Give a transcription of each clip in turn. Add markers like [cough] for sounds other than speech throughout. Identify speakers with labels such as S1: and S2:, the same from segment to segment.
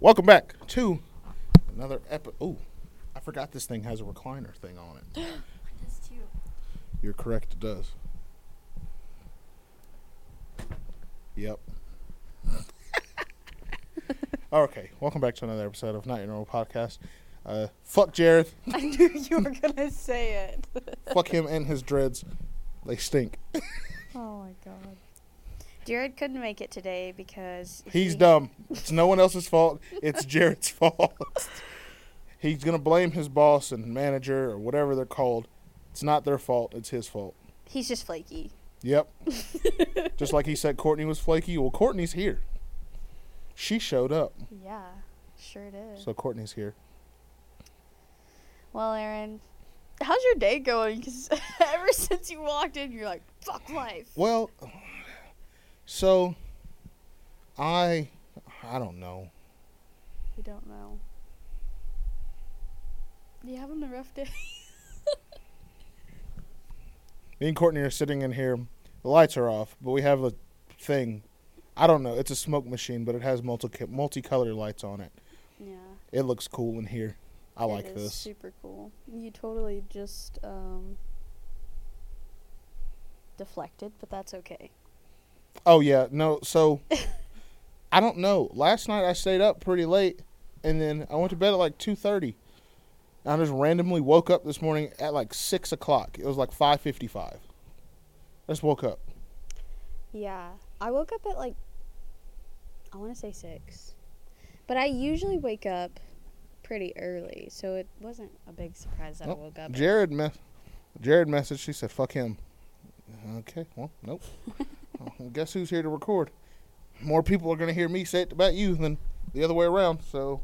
S1: Welcome back to another episode. Ooh, I forgot this thing has a recliner thing on it. You're correct, it does. Yep. okay, welcome back to another episode of Not Your Normal Podcast. Uh, fuck Jareth,
S2: [laughs]
S3: I knew you were gonna say it.
S1: fuck him and his dreads. They stink.
S3: Oh my god.
S2: Jared couldn't make it today because
S1: He's
S2: he-
S1: dumb. It's no one else's fault. It's Jared's fault. He's gonna blame his boss and manager or whatever they're called. It's not their fault. It's his fault.
S2: He's just flaky.
S1: Yep. Just like he said, Courtney was flaky. Well, Courtney's here. She showed up,
S2: Yeah, sure did.
S1: so Courtney's here.
S2: well, Aaron, how's your day going? Because [laughs] ever since you walked in, you're like, fuck life.
S1: Well, so I, I don't know.
S2: You don't know. You having a rough day? [laughs]
S1: Me and Courtney are sitting in here. The lights are off, but we have a thing. I don't know. It's a smoke machine, but it has multi multicolored lights on it.
S2: yeah.
S1: It looks cool in here. I
S2: it
S1: like
S2: is
S1: this.
S2: Super cool.
S3: You totally just um
S2: Deflected, but that's okay. [laughs]
S1: Oh yeah, no. So I don't know. Last night I stayed up pretty late, and then I went to bed at like two thirty. I just randomly woke up this morning at like six o'clock. It was like five fifty-five. I just woke up.
S2: Yeah. I woke up at like, I want to say six. But I usually wake up pretty early, so it wasn't a big surprise that
S1: Oh,
S2: I woke up.
S1: Jared me- Jared messaged. He said, "Fuck him." Okay. Well,
S2: [laughs]
S1: nope. Well, guess who's here to record? More people are gonna hear me say it about you than the other way around.
S2: [laughs]
S1: So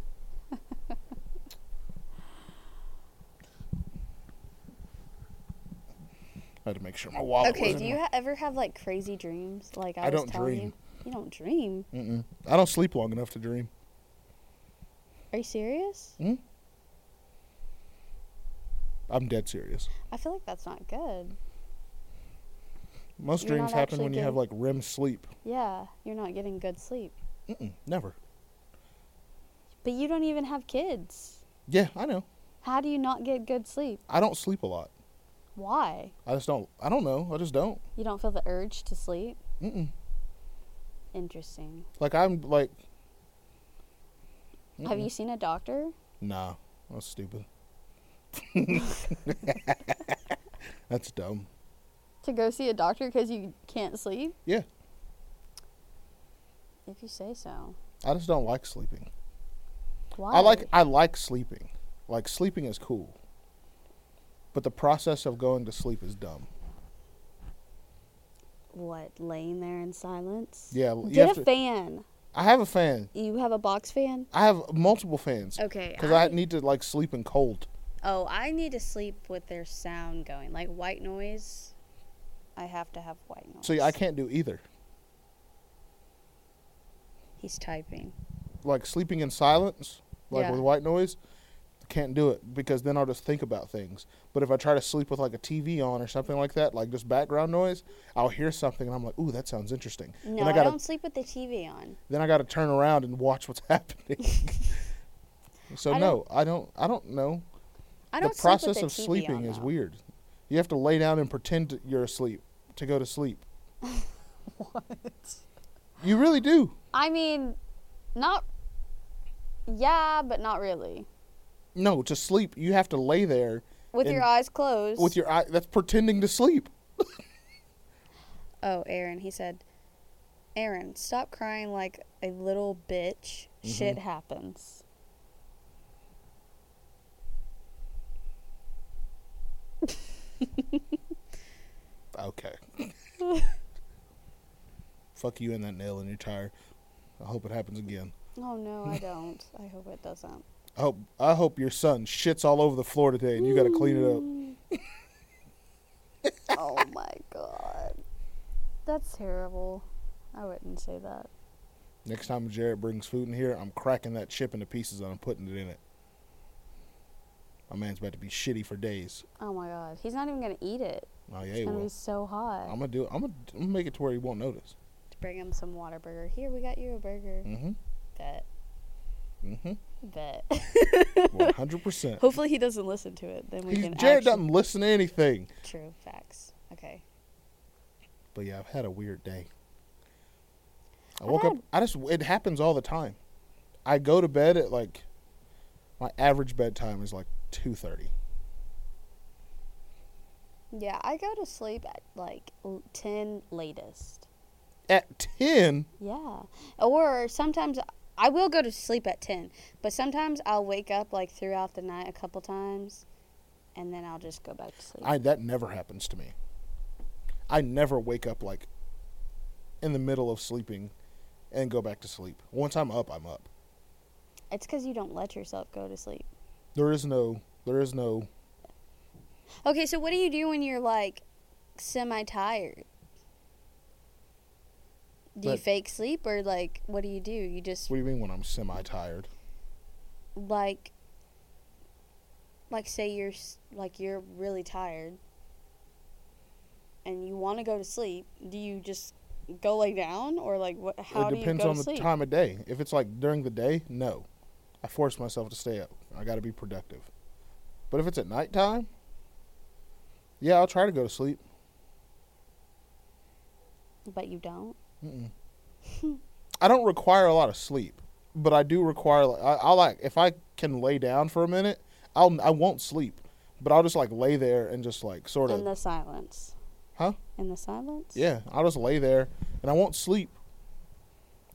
S1: I had to make sure my wallet.
S2: Okay,
S1: was
S2: do
S1: in
S2: you
S1: my-
S2: ha- ever have like crazy dreams? Like I,
S1: I
S2: was
S1: don't
S2: telling
S1: dream.
S2: You? you don't dream.
S1: Mm-mm. I don't sleep long enough to dream.
S2: Are you serious?
S1: I'm dead serious.
S2: I feel like that's not good.
S1: Most
S2: You're
S1: dreams
S2: not
S1: happen
S2: actually
S1: when you have
S2: getting-
S1: like REM sleep.
S2: Yeah, you're not getting good sleep.
S1: Mm-mm, never.
S2: But you don't even have kids.
S1: Yeah, I know.
S2: How do you not get good sleep?
S1: I don't sleep a lot.
S2: Why?
S1: I just don't. I don't know. I just don't.
S2: You don't feel the urge to sleep?
S1: Mm-mm.
S2: Interesting.
S1: Like I'm like.
S2: Have
S1: Mm-mm.
S2: you seen a doctor?
S1: Nah, that's stupid. that's dumb.
S2: To go see a doctor because you can't sleep?
S1: Yeah.
S2: If you say so.
S1: I just don't like sleeping.
S2: Why?
S1: I like I like sleeping. Like sleeping is cool. But the process of going to sleep is dumb.
S2: what? Laying there in silence?
S1: Yeah, l- you
S2: Get
S1: have
S2: a
S1: to-
S2: fan.
S1: I have a fan.
S2: You have a box fan?
S1: I have multiple fans.
S2: Okay.
S1: Because I need to like sleep in cold.
S2: Oh, I need to sleep with their sound going, like white noise. I have to have white noise.
S1: See, I can't do either.
S2: He's typing.
S1: Like sleeping in silence, like
S2: Yeah.
S1: with white noise, can't do it because then I'll just think about things. But if I try to sleep with like a TV on or something like that, like just background noise, I'll hear something and I'm like, ooh, that sounds interesting.
S2: No,
S1: then
S2: I,
S1: I gotta
S2: don't sleep with the TV on.
S1: then I got to turn around and watch what's [laughs]
S2: [laughs]
S1: happening. so
S2: I
S1: no, I don't. I don't know.
S2: I don't
S1: the process
S2: sleep with
S1: of
S2: the TV
S1: sleeping
S2: on,
S1: is
S2: though.
S1: weird. You have to lay down and pretend that you're asleep to go to sleep.
S2: [laughs]
S1: what? You really do.
S2: I mean, not. Yeah, but not really.
S1: No, to sleep you have to lay there
S2: With your
S1: And-
S2: eyes closed.
S1: with your eye. That's pretending to sleep.
S2: Oh, Aaron, he said, Aaron, stop crying like a little bitch.
S1: Mm-hmm.
S2: Shit happens. [laughs]
S1: Okay. Fuck you and that nail in your tire. I hope it happens again.
S2: Oh, no,
S1: [laughs]
S2: I don't. I hope it doesn't.
S1: I hope I hope your son shits all over the floor today and you got to clean it up.
S2: [laughs] oh my god. That's terrible. I wouldn't say that.
S1: Next time Jared brings food in here, I'm cracking that chip into pieces and I'm putting it in it. My man's about to be shitty for days.
S2: Oh my god. He's not even gonna eat it.
S1: Oh yeah, he
S2: It's gonna be
S1: will.
S2: so hot.
S1: I'm gonna do. I'm gonna, I'm gonna make it to where he won't notice. Mm.
S2: to bring him some water burger. Here we got you a burger.
S1: Mm-hmm.
S2: Bet.
S1: Mm-hmm. Mhm.
S2: [laughs] Bet.
S1: [laughs] One hundred percent.
S2: Hopefully he doesn't listen to it. Then we
S1: He's-
S2: can.
S1: Jared
S2: actually-
S1: doesn't listen to anything.
S2: True facts. Okay.
S1: But yeah, I've had a weird day. I
S2: I've
S1: woke up.
S2: had-
S1: I just it happens all the time. I go to bed at like my average bedtime is like two thirty.
S2: Yeah, I go to sleep at like l- ten latest.
S1: At ten,
S2: Yeah, or sometimes I will go to sleep at ten, but sometimes I'll wake up like throughout the night a couple times, and then I'll just go back to sleep.
S1: I that never happens to me. I never wake up like in the middle of sleeping and go back to sleep. Once I'm up, I'm up.
S2: It's because you don't let yourself go to sleep.
S1: There is no there is no
S2: Okay, so what do you do when you're like semi tired? Do you
S1: Like-
S2: fake sleep or like what do you do? You just
S1: what do you mean when I'm semi tired?
S2: like like say you're s- like you're really tired and you want to go to sleep. Do you just go lay down or like what how
S1: it
S2: do you
S1: depends
S2: go
S1: on
S2: to
S1: the
S2: sleep?
S1: time of day. If it's like during the day, no. I force myself to stay up. I got to be productive. But if it's at nighttime, yeah, I'll try to go to sleep.
S2: But you don't.
S1: Mm-mm. I don't require a lot of sleep, but I do require. like, I, I like if I can lay down for a minute, I'll I won't sleep, but I'll just like lay there and just like sort
S2: In
S1: of
S2: the silence.
S1: Huh?
S2: In the silence?
S1: yeah. I'll just lay there and I won't sleep,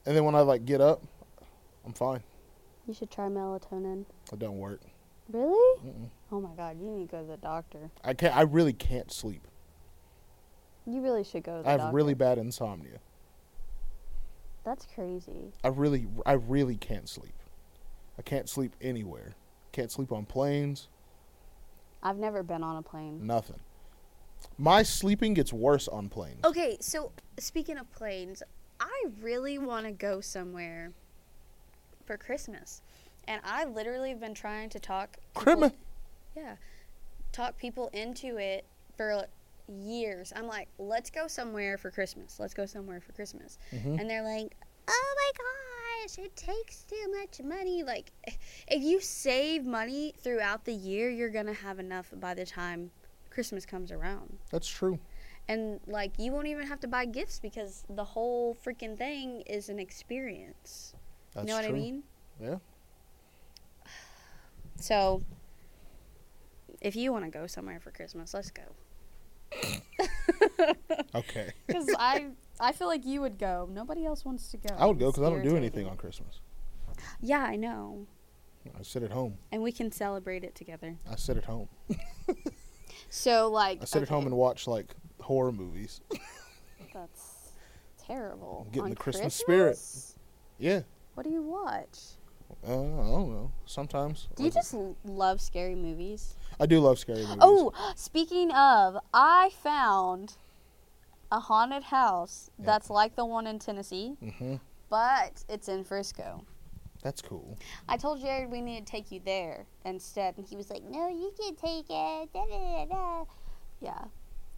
S1: and then when I like get up, I'm fine.
S2: You should try melatonin.
S1: It don't work.
S2: Really?
S1: Mm-mm.
S2: Oh my god, you need to go to the doctor.
S1: I can't. I really can't sleep.
S2: You really should go to the
S1: I have
S2: doctor.
S1: really bad insomnia.
S2: That's crazy.
S1: I really, I really can't sleep. I can't sleep anywhere. Can't sleep on planes.
S2: I've never been on a plane.
S1: Nothing. My sleeping gets worse on planes.
S2: Okay, so speaking of planes, I really want to go somewhere for Christmas. And I literally have been trying to talk
S1: Christmas.
S2: Yeah. Talk people into it for years. I'm like, "Let's go somewhere for Christmas. Let's go somewhere for Christmas."
S1: Mhm.
S2: And they're like, "Oh my gosh, it takes too much money." Like [laughs] if you save money throughout the year, you're going to have enough by the time Christmas comes around
S1: That's true.
S2: and like you won't even have to buy gifts because the whole freaking thing is an experience.
S1: That's
S2: you know what
S1: true.
S2: I mean?
S1: Yeah.
S2: [sighs] So if you want to go somewhere for Christmas, let's go. [laughs]
S1: Okay.
S2: Cuz I I feel like you would go. Nobody else wants to go.
S1: I would go because
S2: It's
S1: I don't do
S2: irritating.
S1: anything on Christmas.
S2: Yeah, I know.
S1: I sit at home.
S2: And we can celebrate it together.
S1: I sit at home.
S2: So like
S1: I sit at home
S2: okay,
S1: and watch like horror movies. [laughs]
S2: that's terrible.
S1: Get in
S2: On
S1: the Christmas spirit.
S2: Christmas?
S1: yeah.
S2: What do you watch?
S1: Uh, I don't know. Sometimes.
S2: Do you
S1: Like,
S2: just l- love scary movies?
S1: I do love scary movies.
S2: Oh, speaking of, I found a haunted house
S1: Yeah.
S2: that's like the one in Tennessee,
S1: hmm
S2: but it's in Frisco.
S1: That's cool.
S2: I told Jared we need to take you there instead, and he was like, "No, you can take it." Da, da, da, da." Yeah,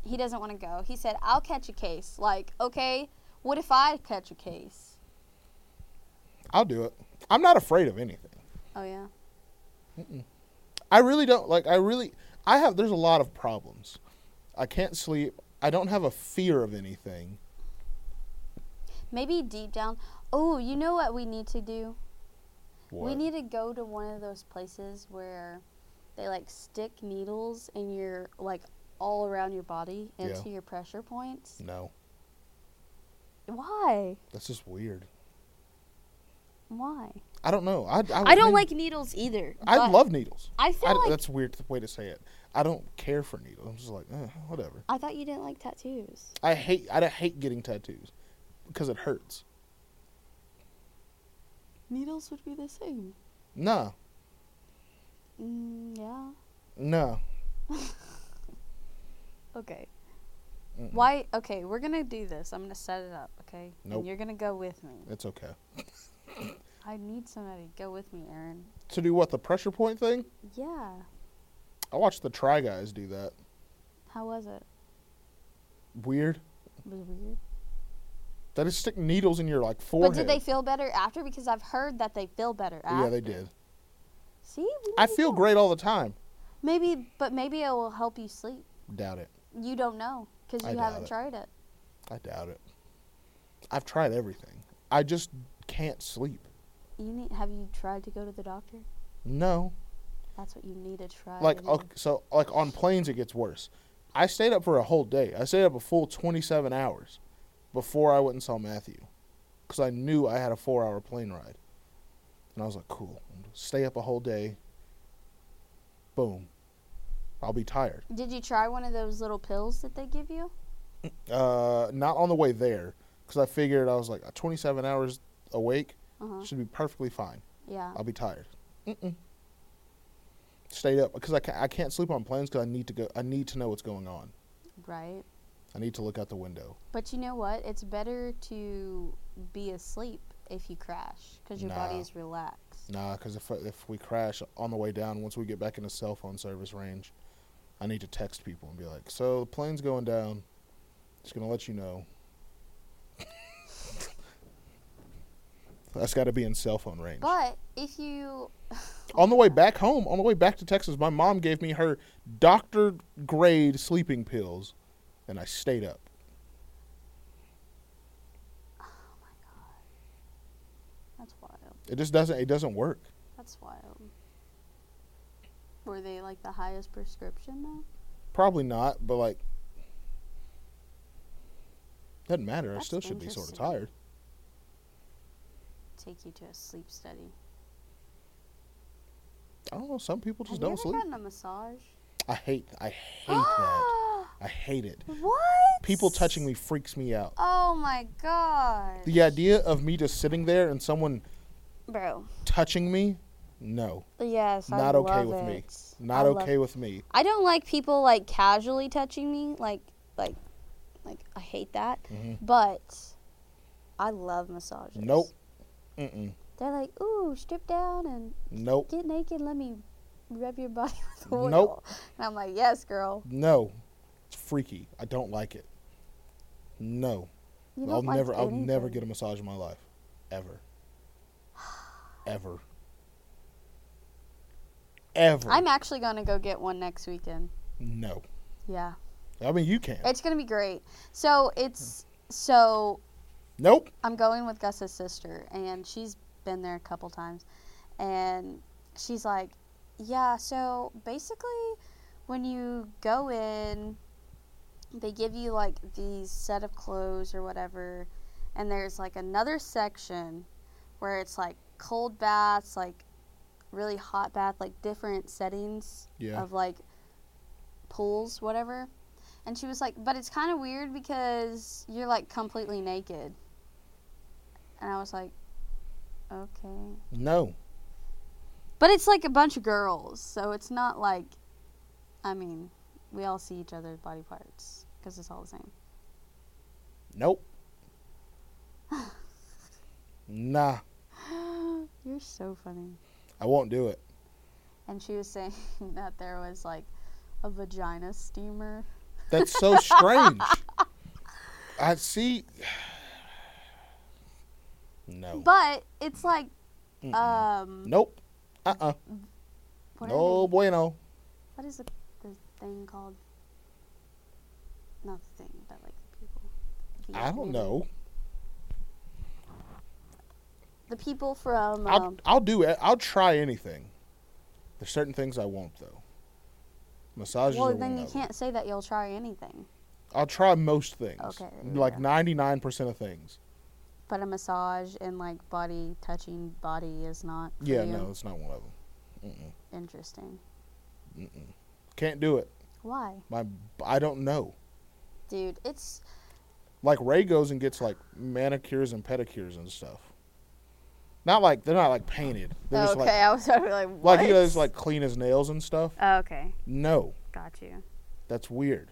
S2: he doesn't want to go. He said, "I'll catch a case." Like, okay, what if I catch a case?
S1: I'll do it. I'm not afraid of anything.
S2: Oh yeah,
S1: I really don't like. I really, I have. There's a lot of problems. I can't sleep. I don't have a fear of anything.
S2: maybe deep down. Oh, you know what we need to do? We
S1: What?
S2: need to go to one of those places where they like stick needles in your like all around your body
S1: Yeah.
S2: into your pressure points.
S1: no,
S2: Why?
S1: that's just weird.
S2: Why?
S1: I don't know. I, I,
S2: I don't
S1: mean,
S2: like needles either.
S1: I
S2: but
S1: love needles.
S2: I feel
S1: I,
S2: like
S1: that's a weird way to say it. I don't care for needles. I'm just like eh, whatever.
S2: I thought you didn't like tattoos.
S1: I hate. I don't hate getting tattoos because it hurts.
S2: Needles would be the same.
S1: No,
S2: Mm, yeah.
S1: no.
S2: Okay.
S1: Mm-mm.
S2: Why? Okay, we're gonna do this. I'm gonna set it up. Okay.
S1: Nope.
S2: And you're gonna go with me.
S1: It's okay.
S2: I need somebody to go with me, Aaron.
S1: To do what the pressure point thing?
S2: Yeah.
S1: I watched the Try Guys do that.
S2: How was it?
S1: Weird.
S2: Was it weird?
S1: They just stick needles in your like
S2: But
S1: forehead.
S2: did they feel better after? Because I've heard that they feel better after.
S1: yeah, they did.
S2: See, we
S1: I
S2: need
S1: feel
S2: to-
S1: great all the time.
S2: Maybe, but maybe it will help you sleep.
S1: Doubt it.
S2: You don't know because
S1: I
S2: you
S1: doubt
S2: haven't
S1: it.
S2: tried it.
S1: I doubt it. I've tried everything. I just can't sleep.
S2: You need. Have you tried to go to the doctor?
S1: No.
S2: That's what you need to try.
S1: Like oh.
S2: to do.
S1: okay, so like on planes it gets worse. I stayed up for a whole day. I stayed up a full 27 hours before I went and saw Matthew cuz I knew I had a 4-hour plane ride. And I was like, "Cool. I'm gonna Stay up a whole day. Boom. I'll be tired."
S2: Did you try one of those little pills that they give you?
S1: Uh not on the way there cuz I figured I was like 27 hours awake
S2: Uh-huh.
S1: should be perfectly fine.
S2: Yeah.
S1: I'll be tired. Mm-mm. Stayed up because I can't, I can't sleep on planes because I need to go. I need to know what's going on.
S2: Right.
S1: I need to look out the window.
S2: But you know what? It's better to be asleep if you crash because your body
S1: Nah.
S2: is relaxed.
S1: Nah, because if if we crash on the way down, once we get back into cell phone service range, I need to text people and be like, "So the plane's going down. Just gonna let you know." That's got to be in cell phone range.
S2: But if you
S1: on the way back home, on the way back to Texas, my mom gave me her doctor grade sleeping pills, and I stayed up.
S2: oh That's wild.
S1: It just doesn't. It doesn't work.
S2: That's wild. Were they like the highest prescription though?
S1: Probably not, but like, doesn't matter. I
S2: That's
S1: still should be sort of
S2: interesting.
S1: tired.
S2: Take you to a sleep study.
S1: I don't know. Some people just
S2: Have you
S1: don't
S2: ever
S1: sleep.
S2: gotten a massage?
S1: I hate. I
S2: [gasps]
S1: hate that. I hate it.
S2: What?
S1: People touching me freaks me out.
S2: Oh my god.
S1: The idea of me just sitting there and someone
S2: Bro.
S1: touching me, no,
S2: Yes,
S1: not okay with me. Not okay with me.
S2: I don't like people like casually touching me, like like like I hate that.
S1: Mhm.
S2: But I love massages.
S1: Nope. Mm-mm.
S2: They're like, ooh, strip down and
S1: Nope.
S2: get naked. Let me rub your body [laughs] with oil.
S1: Nope.
S2: And I'm like, yes, girl.
S1: No. It's freaky. I don't like it. No.
S2: You
S1: I'll
S2: don't like
S1: never. I'll never
S2: anything."
S1: get a massage in my life, ever.
S2: [sighs]
S1: Ever. Ever.
S2: I'm actually gonna go get one next weekend.
S1: no.
S2: Yeah,
S1: I mean, you can.
S2: it's gonna be great. So it's so
S1: nope.
S2: I'm going with Gus's sister, and she's been there a couple times, and she's like, "Yeah, so basically, when you go in, they give you like these set of clothes or whatever, and there's like another section where it's like cold baths, like really hot bath, like different settings
S1: Yeah.
S2: of like pools, whatever." And she was like, "But it's kind of weird because you're like completely naked." And I was like, okay.
S1: No.
S2: But it's like a bunch of girls, so it's not like, I mean, we all see each other's body parts because it's all the same. [gasps] [sighs]
S1: Nope. nah.
S2: You're so funny.
S1: I won't do it.
S2: And she was [laughs] saying that there was like a vagina steamer.
S1: That's so
S2: [laughs]
S1: strange. I see. [sighs] No.
S2: But it's like,
S1: Oh. Mm-mm.
S2: um,
S1: nope. Uh uh
S2: what, are
S1: No
S2: they-
S1: bueno.
S2: what is the, the thing called? Not the thing, but like the people. The-
S1: I don't know.
S2: The people from.
S1: I'll,
S2: Um,
S1: I'll do it. I'll try anything. There's certain things I won't though. Massages.
S2: well,
S1: are one
S2: then you
S1: of them.
S2: can't say that you'll try anything.
S1: I'll try most things.
S2: Okay, there you
S1: Like
S2: go.
S1: ninety nine percent of things.
S2: But a massage and like body touching body is not. for
S1: Yeah,
S2: you?
S1: no, it's not one of them. Mm-mm.
S2: Interesting.
S1: Can't do it.
S2: Why,
S1: My, I don't know.
S2: dude? It's
S1: Like Ray goes and gets like manicures and pedicures and stuff. Not like they're not like painted. They're just
S2: okay.
S1: like
S2: I was over like, what?
S1: like he does like clean his nails and stuff.
S2: Oh, okay,
S1: No,
S2: got you. [gasps]
S1: that's weird.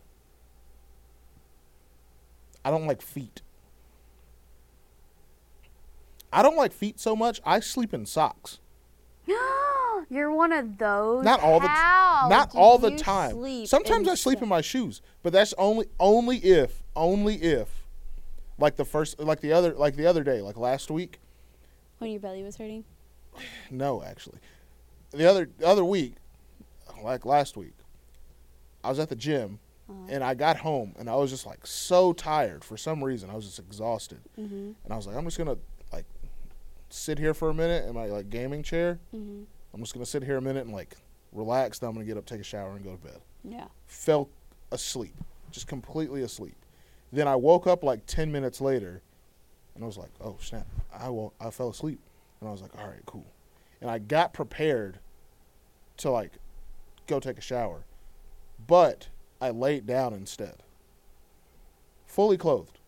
S1: I don't like feet. I don't like feet so much. I sleep in socks.
S2: You're one of those.
S1: Not all the t-
S2: How
S1: not
S2: Oh, do
S1: all the
S2: you
S1: time.
S2: sleep
S1: Sometimes
S2: in
S1: I sleep
S2: so-
S1: in my shoes, but that's only only if only if Like the first, like the other, like the other day, like last week.
S2: When your belly was hurting?
S1: No, actually, the other other week, like last week, I was at the gym,
S2: Uh-huh.
S1: and I got home, and I was just like so tired for some reason. I was just exhausted,
S2: Mm-hmm.
S1: and I was like, I'm just gonna like sit here for a minute in my like gaming chair.
S2: Mm-hmm.
S1: I'm just gonna sit here a minute and like relax. Then I'm gonna get up, take a shower, and go to bed.
S2: Yeah.
S1: Fell asleep, just completely asleep. Then I woke up like ten minutes later, and I was like, "Oh snap! I woke, I fell asleep," and I was like, "All right, cool." And I got prepared to like go take a shower, but I laid down instead, fully clothed,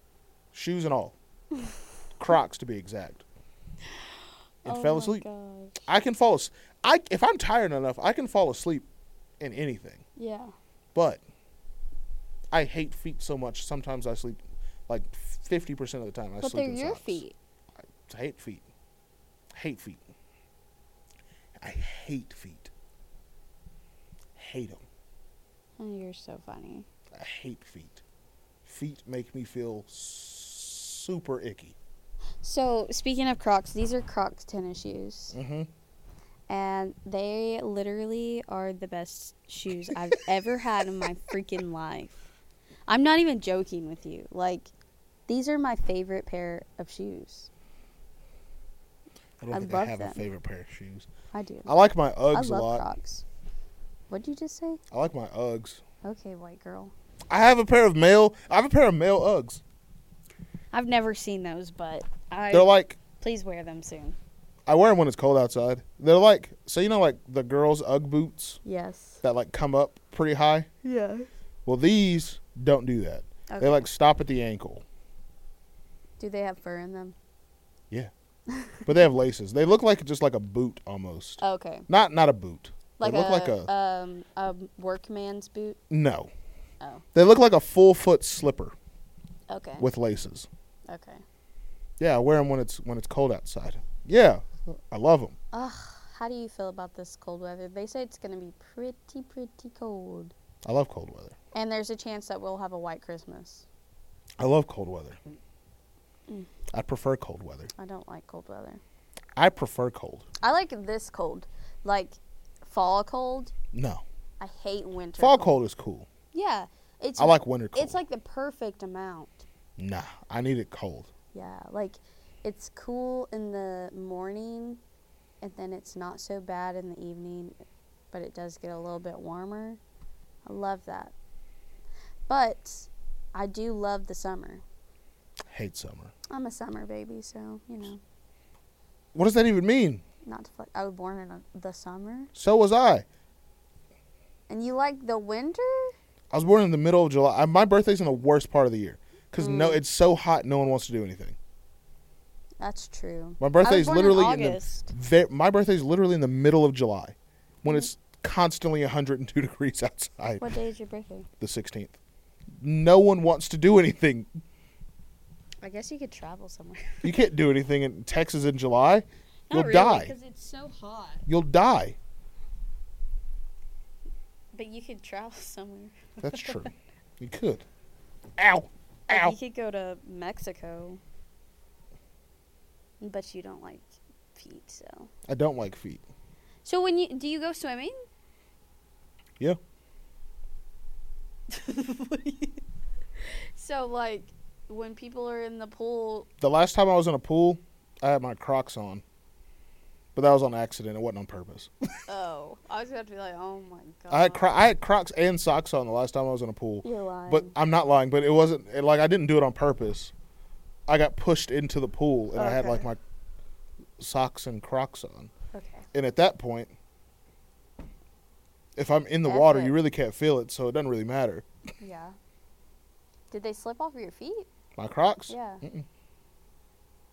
S1: shoes and all, Crocs to be exact, and
S2: Oh
S1: fell asleep. I can fall. as- I if I'm tired enough, I can fall asleep in anything.
S2: Yeah.
S1: But I hate feet so much. Sometimes I sleep like fifty percent of the time. I
S4: but
S1: sleep
S4: they're
S1: in
S4: your
S1: socks.
S4: feet.
S1: I hate feet. Hate feet. I hate feet. Hate them.
S2: Oh, you're so funny.
S1: I hate feet. Feet make me feel super icky.
S2: So, speaking of Crocs, these are Crocs tennis shoes.
S1: Mm-hmm.
S2: And they literally are the best shoes
S1: [laughs]
S2: I've ever had in my freaking life. I'm not even joking with you. Like, these are my favorite pair of shoes.
S1: I don't
S2: I
S1: think I
S2: love
S1: have a
S2: them.
S1: favorite pair of shoes.
S2: I do.
S1: I like my
S2: I
S1: Uggs a
S2: love
S1: lot.
S2: Crocs. What'd you just say?
S1: I like my Uggs.
S2: Okay, white girl.
S1: I have a pair of male. I have a pair of male Uggs.
S2: I've never seen those, but I
S1: They're like
S2: please wear them soon.
S1: I wear them when it's cold outside. They're like so you know like the girls Ugg boots
S2: Yes.
S1: that like come up pretty high.
S5: Yeah.
S1: Well, these don't do that.
S2: Okay.
S1: They like stop at the ankle,
S2: do they have fur in them?
S1: but they have laces. They look like just like a boot almost.
S2: Okay.
S1: Not not a boot.
S2: Like
S1: they look
S2: a,
S1: like a
S2: um a workman's boot.
S1: no.
S2: Oh.
S1: They look like a full foot slipper
S2: Okay.
S1: with laces.
S2: okay.
S1: Yeah, I wear them when it's when it's cold outside. Yeah, I love them.
S2: Ugh, how do you feel about this cold weather? They say it's gonna be pretty, pretty cold.
S1: I love cold weather.
S2: And there's a chance that we'll have a white Christmas.
S1: I love cold weather.
S2: Mm.
S1: I prefer cold weather.
S2: I don't like cold weather.
S1: I prefer cold.
S2: I like this cold. Like fall cold.
S1: No.
S2: I hate winter.
S1: Fall cold is cool.
S2: Yeah. It's
S1: I like winter cold.
S2: it's like the perfect amount.
S1: nah, I need it cold.
S2: Yeah, like it's cool in the morning and then it's not so bad in the evening, but it does get a little bit warmer. I love that. But I do love the summer.
S1: Hate summer.
S2: I'm a summer baby, so, you know,
S1: What does that even mean?
S2: not to flex. I was born in a, the summer.
S1: So was I.
S2: And you like the winter?
S1: I was born in the middle of July. I, my birthday's in the worst part of the year because no,
S2: Mm.
S1: it's so hot. No one wants to do anything.
S2: That's true.
S1: My birthday's
S2: born in
S1: literally in,
S2: August.
S1: the ve- my birthday's literally in the middle of July, when it's constantly 102 [laughs] degrees outside.
S2: What day is your birthday?
S1: The 16th. No one wants to do anything.
S2: I guess you could travel somewhere.
S1: You can't do anything in Texas in July.
S2: [laughs]
S1: You'll die.
S2: it's so hot.
S1: You'll die.
S2: But you could travel [laughs] somewhere.
S1: That's
S2: [laughs]
S1: true. you could. Ow.
S2: Like,
S1: Ow.
S2: You could go to Mexico, but you don't like feet, so.
S1: I don't like feet.
S2: So when you do you go swimming?
S1: Yeah.
S2: What do you- [laughs] so like when people are in the pool,
S1: The last time I was in a pool, I had my Crocs on, but that was on accident. It wasn't on purpose.
S2: oh, I was gonna be like, oh my god.
S1: I had cro- I had Crocs and socks on the last time I was in a pool.
S2: You're lying.
S1: But I'm not lying. But it wasn't it, like I didn't do it on purpose. I got pushed into the pool and I had like
S2: Okay.
S1: my socks and Crocs on.
S2: okay.
S1: And at that point, if I'm in the water,
S2: Effort.
S1: you really can't feel it, so it doesn't really matter.
S2: Yeah. Did they slip off of your feet?
S1: My Crocs?
S2: Yeah.
S1: Mm-mm.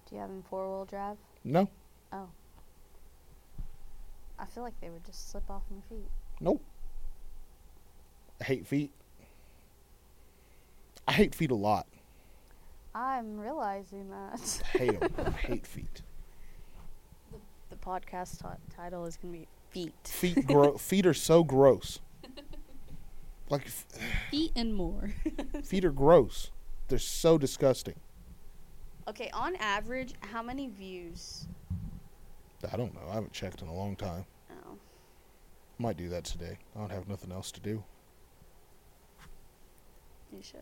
S2: Do you have them four wheel drive? Oh.
S1: No.
S2: I feel like they would just slip off my feet.
S1: Nope. I hate feet. I hate feet a lot.
S2: I'm realizing that.
S1: I hate 'em. I hate feet.
S2: [laughs] The podcast t- title is gonna be feet. [laughs]
S1: Feet grow. feet are so gross. Like f-
S2: Feet and more. [laughs]
S1: feet are gross. They're so disgusting.
S2: Okay, on average, how many views?
S1: I don't know. I haven't checked in a long time.
S2: Oh.
S1: Might do that today. I don't have nothing else to do.
S2: You should.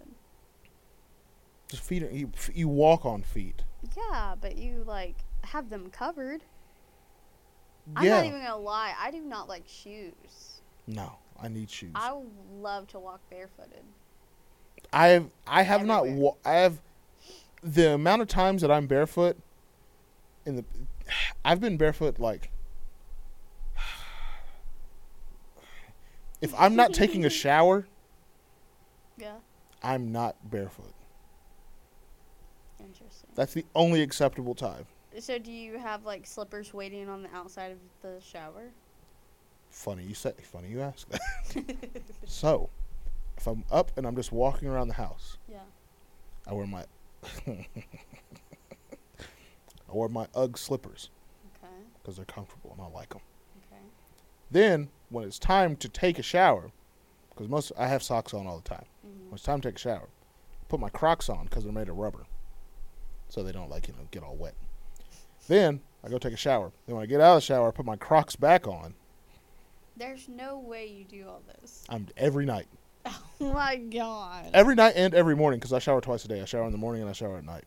S1: Just feet. are- You you walk on feet.
S2: Yeah, but you like have them covered. I'm
S1: yeah.
S2: not even gonna lie. I do not like shoes.
S1: no, I need shoes.
S2: I would love to walk barefooted.
S1: I have I have not
S2: Everywhere.
S1: wa- I have the amount of times that I'm barefoot in the I've been barefoot like [sighs] if I'm
S2: [laughs]
S1: not taking a shower,
S2: Yeah.
S1: I'm not barefoot.
S2: Interesting.
S1: That's the only acceptable time.
S2: So do you have like slippers waiting on the outside of the [laughs] shower?
S1: Funny you say funny you ask [laughs] that. so, if I'm up and I'm just walking around the house,
S2: Yeah.
S1: I wear my [laughs] I wear my UGG slippers
S2: Okay.
S1: because they're comfortable and I like them.
S2: Okay.
S1: Then, when it's time to take a shower, because most I have socks on all the time.
S2: Mhm.
S1: When it's time to take a shower, put my Crocs on because they're made of rubber, so they don't like you know get all wet. Then I go take a shower. Then when I get out of the shower, I put my Crocs back on.
S2: There's no way you do all this. [laughs]
S1: I'm every night,
S3: Oh my god.
S1: every night and every morning because I shower twice a day. I shower in the morning and I shower at night.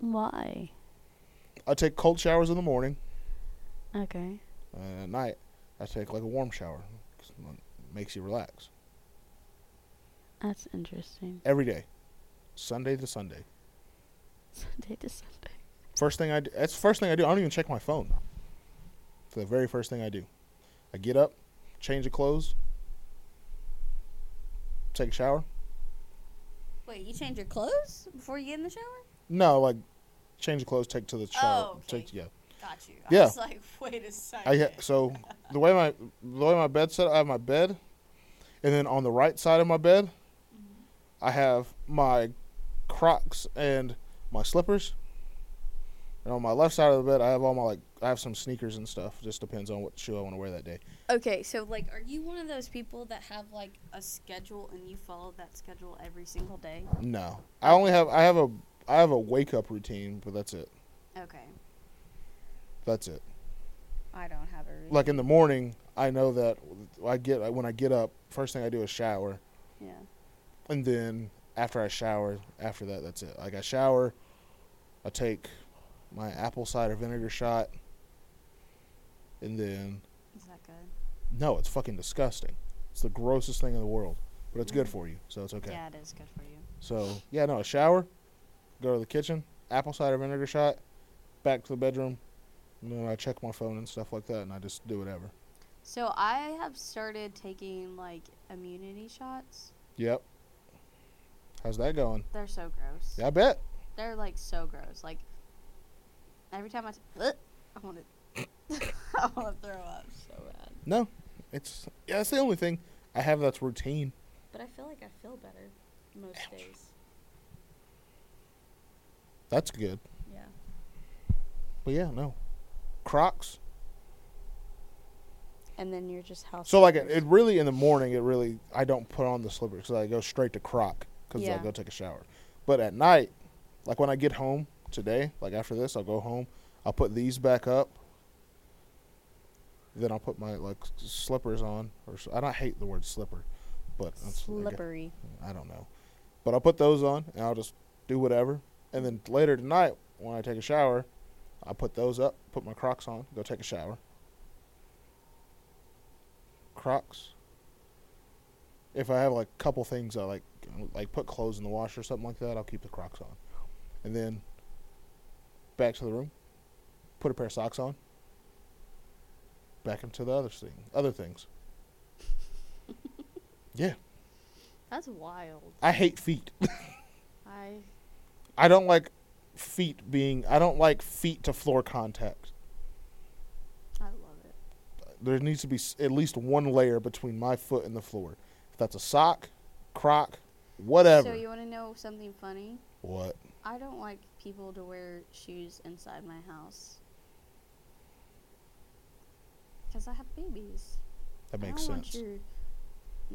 S6: Why?
S1: I take cold showers in the morning
S6: Okay.
S1: and at night I take like a warm shower. 'cause it makes you relax
S6: That's
S2: [laughs]
S6: interesting.
S1: every day, Sunday to Sunday.
S6: Sunday to Sunday.
S1: First thing I do, that's the first thing I do. I don't even check my phone. It's the very first thing I do. I get up, change the clothes, take a shower.
S2: Wait, you change your clothes before you get in the shower?
S1: No, like change the clothes, take to the shower.
S2: Oh, okay.
S1: Take yeah.
S2: Got you. I
S1: Yeah.
S2: was like, [laughs] wait a second.
S1: I ha- so the way my the way my bed set, up, I have my bed, and then on the right side of my bed, I have my Crocs and my slippers. And on my left side of the bed, I have all my like I have some sneakers and stuff. Just depends on what shoe I want to wear that day.
S2: Okay, so like, are you one of those people that have like a schedule and you follow that schedule every single day?
S1: No, I only have I have a I have a wake up routine, but that's it.
S2: Okay,
S1: That's it.
S2: I don't have a routine.
S1: Like in the morning, I know that I get when I get up. First thing I do is shower,
S2: yeah,
S1: and then after I shower, after that, that's it. Like I shower, I take my apple cider vinegar shot, and then
S2: is that good?
S1: no, it's fucking disgusting. It's the grossest thing in the world, but it's good for you, so it's okay.
S2: Yeah, it is good for you.
S1: So yeah, no, a shower, go to the kitchen, apple cider vinegar shot, back to the bedroom, and then I check my phone and stuff like that, and I just do whatever.
S2: So I have started taking like immunity shots.
S1: Yep. How's that going?
S2: They're so gross.
S1: Yeah, I bet.
S2: They're like so gross. Like every time I, t- [laughs] Ugh, [laughs] I want to, I want to throw up so bad.
S1: No, it's yeah, that's the only thing I have that's routine.
S2: But I feel like I feel better most days.
S1: That's good.
S2: Yeah.
S1: But yeah, no, Crocs.
S6: And then you're just house.
S1: So like it,
S6: slippers.
S1: it really in the morning, it really I don't put on the slippers because I go straight to Croc because I
S6: Yeah.
S1: go take a shower. But at night, like when I get home today, like after this, I'll go home. I'll put these back up. Then I'll put my like s- slippers on, or s- I don't hate the word slipper, but that's- I gue-
S6: slippery.
S1: I don't know. But I'll put those on and I'll just do whatever. And then later tonight, when I take a shower, I put those up, put my Crocs on, go take a shower. Crocs. If I have like a couple things I like, like put clothes in the washer or something like that, I'll keep the Crocs on. And then back to the room, put a pair of socks on. Back into the other thing, other things. yeah,
S2: That's wild.
S1: I hate feet.
S2: I
S1: I don't like feet being. I don't like feet to floor contact.
S2: I love it.
S1: There needs to be s- at least one layer between my foot and the floor. If that's a sock, croc, whatever.
S2: So you want to know something funny?
S1: what?
S2: I don't like people to wear shoes inside my house. Cause I have babies.
S1: That
S2: I
S1: makes
S2: don't
S1: sense.
S2: want your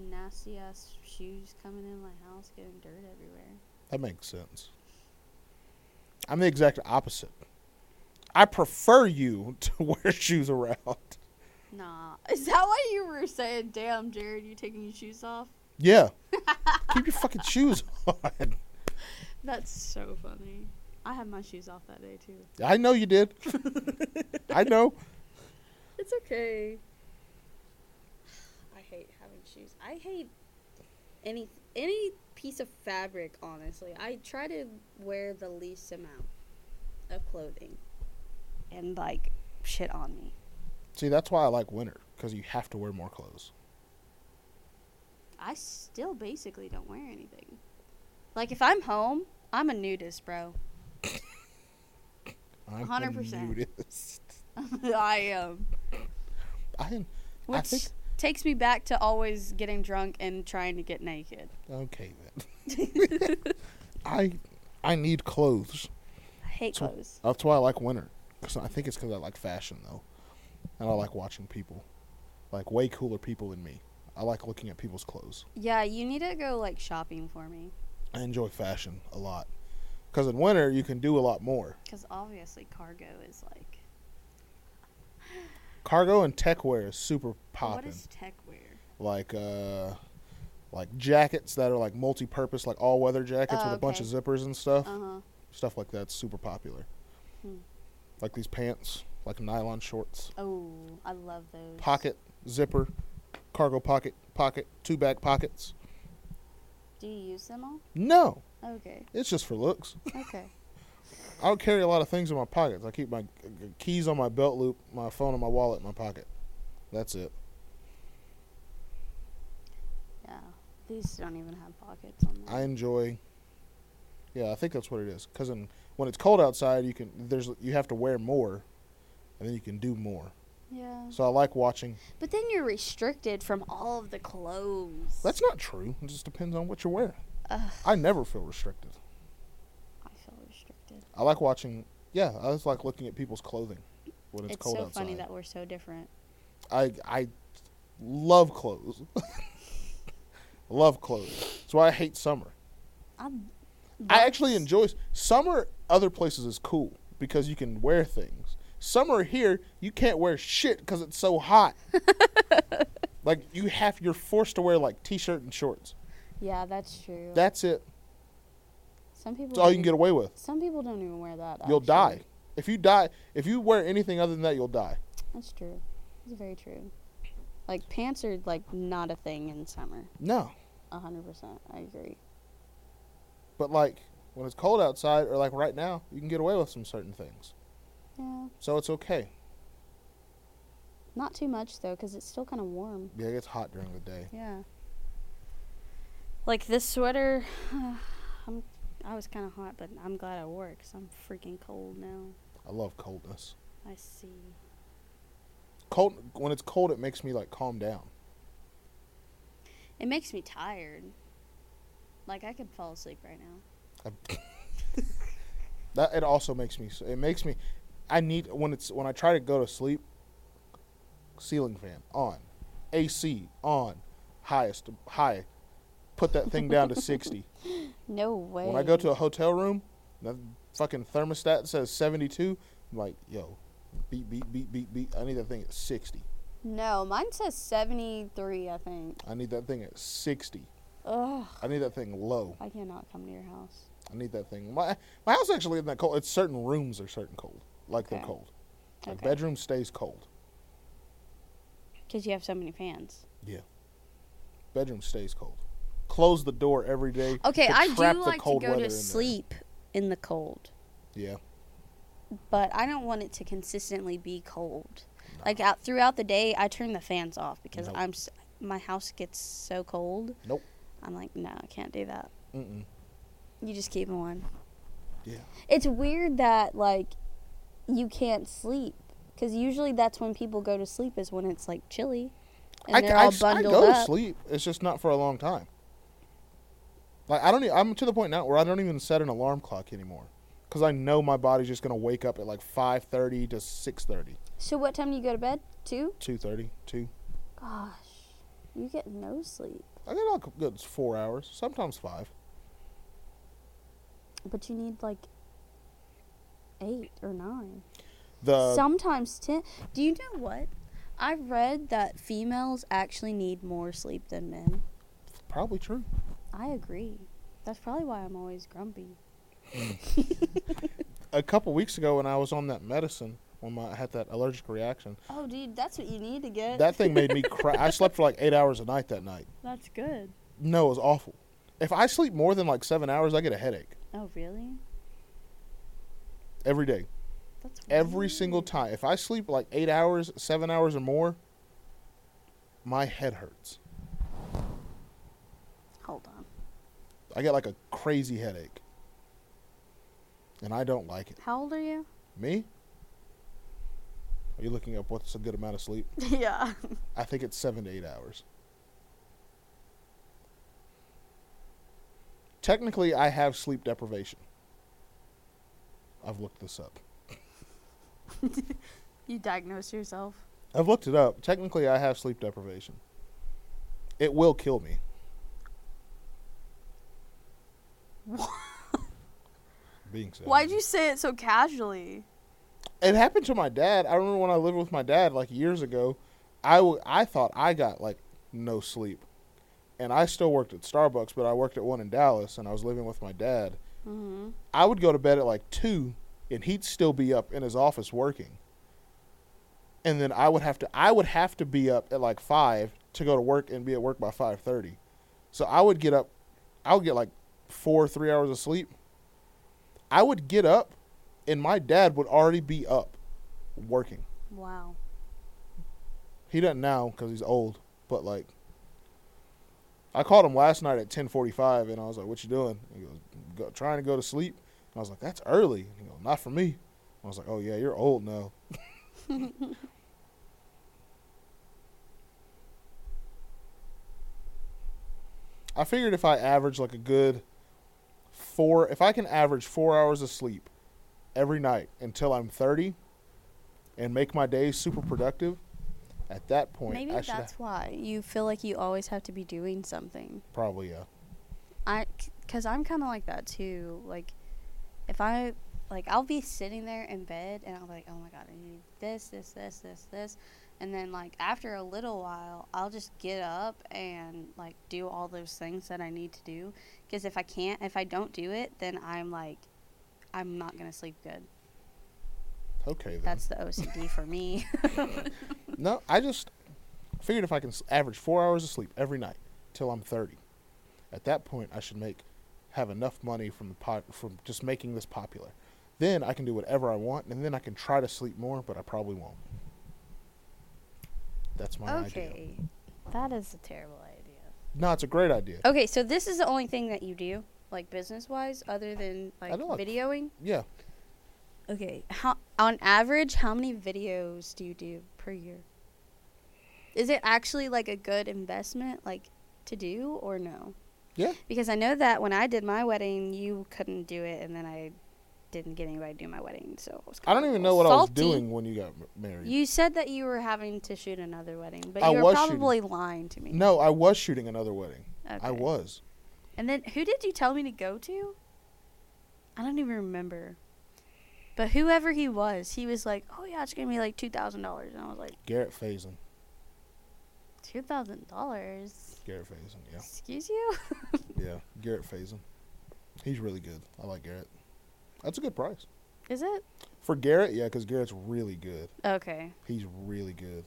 S2: nasty ass shoes coming in my house, getting dirt everywhere.
S1: That makes sense. I'm the exact opposite. I prefer you [laughs] to wear shoes around.
S2: Nah. [laughs] Is that why you were saying, damn, Jared, you taking your shoes off? [laughs]
S1: Yeah. Keep your fucking shoes on.
S3: That's so funny. I had my shoes off that day too.
S1: I know you did.
S3: [laughs]
S1: I know.
S2: [laughs]
S3: It's okay.
S2: I hate having shoes. I hate any any piece of fabric, honestly. I try to wear the least amount of clothing and like shit on me.
S1: See, that's why I like winter because you have to wear more clothes.
S2: I still basically don't wear anything. Like if I'm home, I'm a nudist, bro. [laughs]
S1: I'm a
S2: 100%.
S1: nudist.
S2: I am.
S1: I am.
S2: Which
S1: think-
S2: takes me back to always getting drunk and trying to get naked. [laughs]
S1: Okay then. I I need clothes.
S2: I hate
S1: So-
S2: clothes.
S1: That's why I like winter. 'Cause I think it's because I like fashion though, and I like watching people, like way cooler people than me. I like looking at people's clothes.
S2: Yeah, you need to go like shopping for me.
S1: I enjoy fashion a lot. Because in winter, you can do a lot more.
S2: Because obviously cargo is like.
S1: Cargo and tech wear is super
S3: What
S1: popping.
S3: is tech wear?
S1: like, uh, like jackets that are like multi purpose, like all weather jackets
S2: Oh,
S1: with a bunch of
S2: okay.
S1: zippers and stuff.
S2: Uh huh.
S1: Stuff like that's super popular.
S2: Hmm.
S1: Like these pants, like nylon shorts,
S2: Oh, I love those.
S1: pocket, zipper, cargo pocket, pocket, two back pockets.
S2: Do you use them all?
S1: No,
S2: Okay.
S1: [laughs] it's just for looks.
S2: Okay.
S1: I don't carry a lot of things in my pockets. I keep my g- g- keys on my belt loop, my phone and my wallet in my pocket. That's it.
S2: Yeah. These don't even have pockets on them.
S1: I enjoy. Yeah, I think that's what it is. Because when it's cold outside, you can there's you have to wear more, and then you can do more.
S2: yeah.
S1: So I like watching.
S2: But then you're restricted from all of the clothes.
S1: That's not true. It just depends on what you're wearing.
S2: Ugh.
S1: I never feel restricted.
S2: I feel restricted.
S1: I like watching. Yeah, I just like looking at people's clothing when it's,
S2: It's,
S1: cold
S2: so
S1: outside.
S2: funny that we're so different.
S1: I I love clothes. [laughs] love clothes. That's why I hate summer.
S2: I'm,
S1: I actually enjoy summer. Other places is cool because you can wear things. Summer here, you can't wear shit because it's so hot. like you have, you're forced to wear like t-shirt and shorts.
S6: Yeah, that's true.
S1: That's it.
S2: Some people.
S1: That's all you
S2: don't
S1: can get
S2: e-
S1: away with.
S2: Some people don't even wear that.
S1: You'll
S2: actually.
S1: die if you die. If you wear anything other than that, you'll die.
S2: That's true. It's very true. Like pants are like not a thing in summer.
S1: No,
S2: A hundred percent. I agree.
S1: but like when it's cold outside or like right now, you can get away with some certain things.
S2: Yeah.
S1: So it's okay.
S2: Not too much though, because it's still kind of warm.
S1: Yeah, it gets hot during the day.
S2: Yeah. Like this sweater, [sighs] I'm. I was kind of hot, but I'm glad I wore it because I'm freaking cold now.
S1: I love coldness.
S2: I see.
S1: Cold when it's cold, it makes me like calm down.
S2: It makes me tired. Like I could fall asleep right now.
S1: [laughs] That it also makes me. It makes me. I need when it's when I try to go to sleep. Ceiling fan on, AC on, highest high. Put that thing down to sixty.
S2: No way.
S1: When I go to a hotel room, that fucking thermostat says seventy-two. I'm like, yo, beep beep beep beep beep. I need that thing at sixty.
S2: No, mine says 73, I think.
S1: I need that thing at sixty.
S2: Ugh,
S1: I need that thing low.
S2: I cannot come to your house.
S1: I need that thing. My my house actually isn't that cold. It's certain rooms are certain cold, like they're
S2: Okay.
S1: cold. Like
S2: Okay.
S1: bedroom stays cold.
S2: Because you have so many fans.
S1: bedroom stays cold. Close the door every day.
S2: Okay,
S1: to
S2: I do
S1: trap the
S2: like to
S1: cold
S2: go
S1: weather
S2: to
S1: in there.
S2: sleep in the cold,
S1: Yeah,
S2: but I don't want it to consistently be cold. Like out throughout the day, I turn the fans off because
S1: Nope.
S2: I'm s- my house gets so cold.
S1: Nope.
S2: I'm like, no, I can't do that.
S1: Mm-mm.
S2: You just keep them on.
S1: Yeah.
S2: It's weird that like you can't sleep because usually that's when people go to sleep is when it's like chilly and
S1: I,
S2: they're
S1: I
S2: all
S1: s- I
S2: bundled
S1: go
S2: up.
S1: to sleep. It's just not for a long time. Like I don't. e- I'm to the point now where I don't even set an alarm clock anymore, because I know my body's just gonna wake up at like 5:30 to 6:30,
S2: So what time do you go to bed? Two.
S1: 2:30, 2.
S2: Gosh, you get no sleep,
S1: I get like a good four hours, sometimes five.
S2: but you need like eight or nine.
S1: The
S2: Sometimes ten. Do you know what? I read that females actually need more sleep than men.
S1: probably true.
S2: I agree. That's probably why I'm
S1: [laughs]
S2: always grumpy.
S1: A couple weeks ago, when I was on that medicine, when my, I had that allergic
S2: [laughs]
S1: reaction,
S7: Oh, dude, that's what you need to get.
S1: that thing made me cry. I slept for like eight hours a night that night.
S2: That's good.
S1: No, it was awful. If I sleep more than like seven hours, I get a headache
S2: Oh, really?
S1: every day,
S2: That's
S1: every single time. If I sleep like eight hours, seven hours or more, my head hurts.
S2: Hold on.
S1: I get like a crazy headache, and I don't like it.
S2: How old are you?
S1: Me? Are you looking up what's a good amount of sleep?
S2: yeah.
S1: I think it's seven to eight hours. Technically, I have sleep deprivation. I've looked this up.
S3: You diagnose yourself.
S1: I've looked it up. Technically, I have sleep deprivation. It will kill me. Being said.
S3: Why'd you say it so casually?
S1: It happened to my dad. I remember when I lived with my dad like years ago. I, w- I thought I got like no sleep. And I still worked at Starbucks, but I worked at one in Dallas and I was living with my dad.
S2: Mm-hmm.
S1: I would go to bed at like two, and he'd still be up in his office working. And then I would have to I would have to be up at like five to go to work and be at work by five thirty. So I would get up, I would get like four three hours of sleep. I would get up, and my dad would already be up, working.
S2: Wow.
S1: He doesn't now because he's old, but like. I called him last night at 10:45, and I was like, "What you doing?" He goes, go, "Trying to go to sleep." And I was like, "That's early." And he goes, "Not for me." I was like, "Oh yeah, you're old now." [laughs] I figured if I average like a good four, if I can average four hours of sleep every night until I'm 30, and make my days super productive, at that point,
S2: Maybe
S1: I should
S2: that's why you feel like you always have to be doing something.
S1: probably yeah.
S2: I, cause I'm kind of like that too. Like, if I, like, I'll be sitting there in bed and I'll be like, oh my god, I need this, this, this, this, this, and then like after a little while, I'll just get up and like do all those things that I need to do. Cause if I can't, if I don't do it, then I'm like, I'm not gonna sleep good.
S1: Okay, then.
S2: That's the OCD for me.
S1: [laughs]
S2: [laughs]
S1: No, I just figured if I can s- average four hours of sleep every night till I'm 30, at that point I should make have enough money from the pot from just making this popular. Then I can do whatever I want, and then I can try to sleep more, but I probably won't. That's my idea.
S2: okay, that is a terrible idea.
S1: No, it's a great idea.
S2: Okay, so this is the only thing that you do, like business wise, other than like
S1: don't like-
S2: videoing.
S1: Yeah,
S2: Okay, how on average, how many videos do you do per year? Is it actually like a good investment, like to do or no?
S1: Yeah.
S2: Because I know that when I did my wedding, you couldn't do it, and then I didn't get anybody to do my wedding, so I was.
S1: I don't
S2: kinda
S1: even know what I was
S2: salty.
S1: doing when you got m- married.
S2: You said that you were having to shoot another wedding, but
S1: I
S2: you were
S1: was shooting.
S2: probably lying to me.
S1: no, I was shooting another wedding. I
S2: Okay.
S1: was.
S2: And then who did you tell me to go to? I don't even remember. But whoever he was, he was like, "Oh yeah, it's gonna be like two thousand dollars," and I was like,
S1: Garrett Faison.
S2: two thousand dollars?
S1: Garrett Faison. Yeah,
S2: Excuse you? [laughs]
S1: yeah. Garrett Faison. He's really good. I like Garrett. That's a good price.
S2: Is it
S1: For Garrett, yeah, because Garrett's really good.
S2: okay?
S1: He's really good.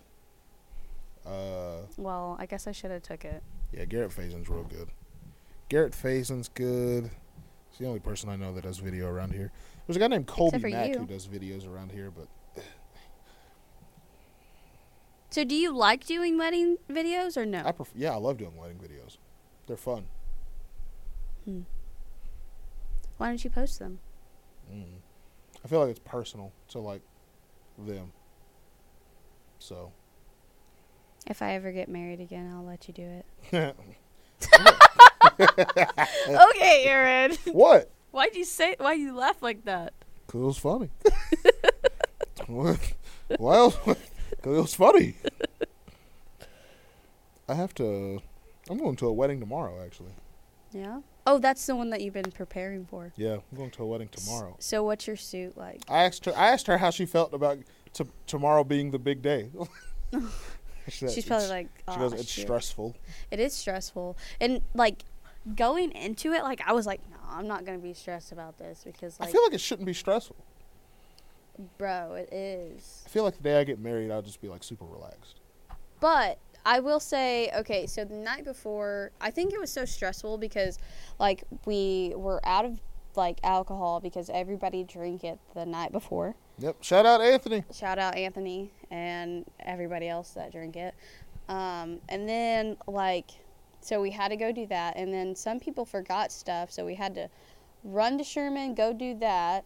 S1: Uh,
S2: Well, I guess I should have took it.
S1: yeah, Garrett Faison's real good. Garrett Faison's good. He's the only person I know that does video around here. There's a guy named Colby
S2: for
S1: Mack
S2: you.
S1: who does videos around here, but
S2: So, do you like doing wedding videos or no?
S1: I pref- yeah, I love doing wedding videos. They're fun.
S2: Why don't you post them?
S1: Mm. I feel like it's personal to like them. So [laughs]
S2: If I ever get married again, I'll let you do it.
S1: Oh.
S2: [laughs]
S3: okay, Aaron.
S1: what?
S3: Why'd you say? Why you laugh like that?
S1: Cause it was funny. [laughs] what? Why else? Cause it was funny. I have to. I'm going to a wedding tomorrow, actually.
S2: Yeah. Oh, that's the one that you've been preparing for.
S1: Yeah, I'm going to a wedding
S2: S-
S1: tomorrow.
S2: So what's your suit like?
S1: I asked her. I asked her how she felt about t- tomorrow being the big day. [laughs] She said
S2: She's
S1: it's-
S2: probably like, oh,
S1: She goes, it's
S2: shit."
S1: stressful.
S2: It is stressful, and like going into it, like I was like, no, I'm not gonna be stressed about this because
S1: I
S2: like,
S1: feel like it shouldn't be stressful.
S2: bro, it is.
S1: I feel like the day I get married, I'll just be like super relaxed.
S2: But I will say, okay, so the night before, I think it was so stressful because, like, we were out of like alcohol because everybody drank it the night before.
S1: Yep. Shout out Anthony.
S2: Shout out Anthony and everybody else that drank it. Um, and then like, so we had to go do that, and then some people forgot stuff, so we had to run to Sherman, go do that.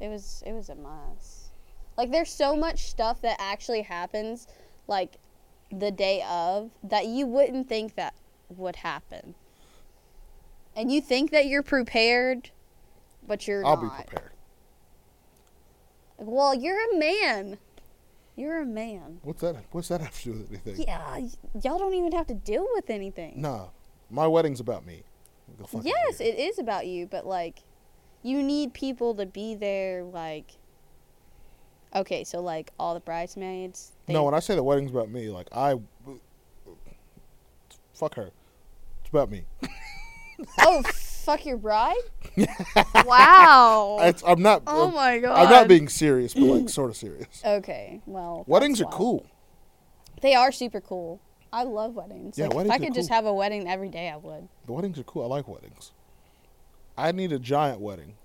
S2: It was it was a mess. Like there's so much stuff that actually happens, like the day of that you wouldn't think that would happen. And you think that you're prepared, but you're
S1: I'll
S2: not.
S1: be prepared.
S2: Well, you're a man. You're a man.
S1: What's that? What's that have to do with anything?
S2: Yeah, y- y'all don't even have to deal with anything.
S1: Nah, my wedding's about me. Go fuck outta
S2: yes,
S1: here.
S2: it is about you, but like, you need people to be there. Like, okay, so like all the bridesmaids. They,
S1: no, when I say the wedding's about me, like I, fuck her. It's about me.
S2: oh, fuck
S1: [laughs]
S2: your bride.
S8: Wow.
S1: It's, I'm not.
S2: Oh
S1: I'm-
S2: my god.
S1: I'm not being serious, but
S2: [clears throat]
S1: like sort of serious.
S2: Okay, well.
S1: Weddings are
S2: that's why.
S1: cool.
S2: They are super cool. I love weddings.
S1: Yeah,
S2: like,
S1: weddings
S2: if
S1: are
S2: I could just
S1: cool.
S2: have a wedding every day, I would.
S1: The weddings are cool. I like weddings. I need a giant wedding.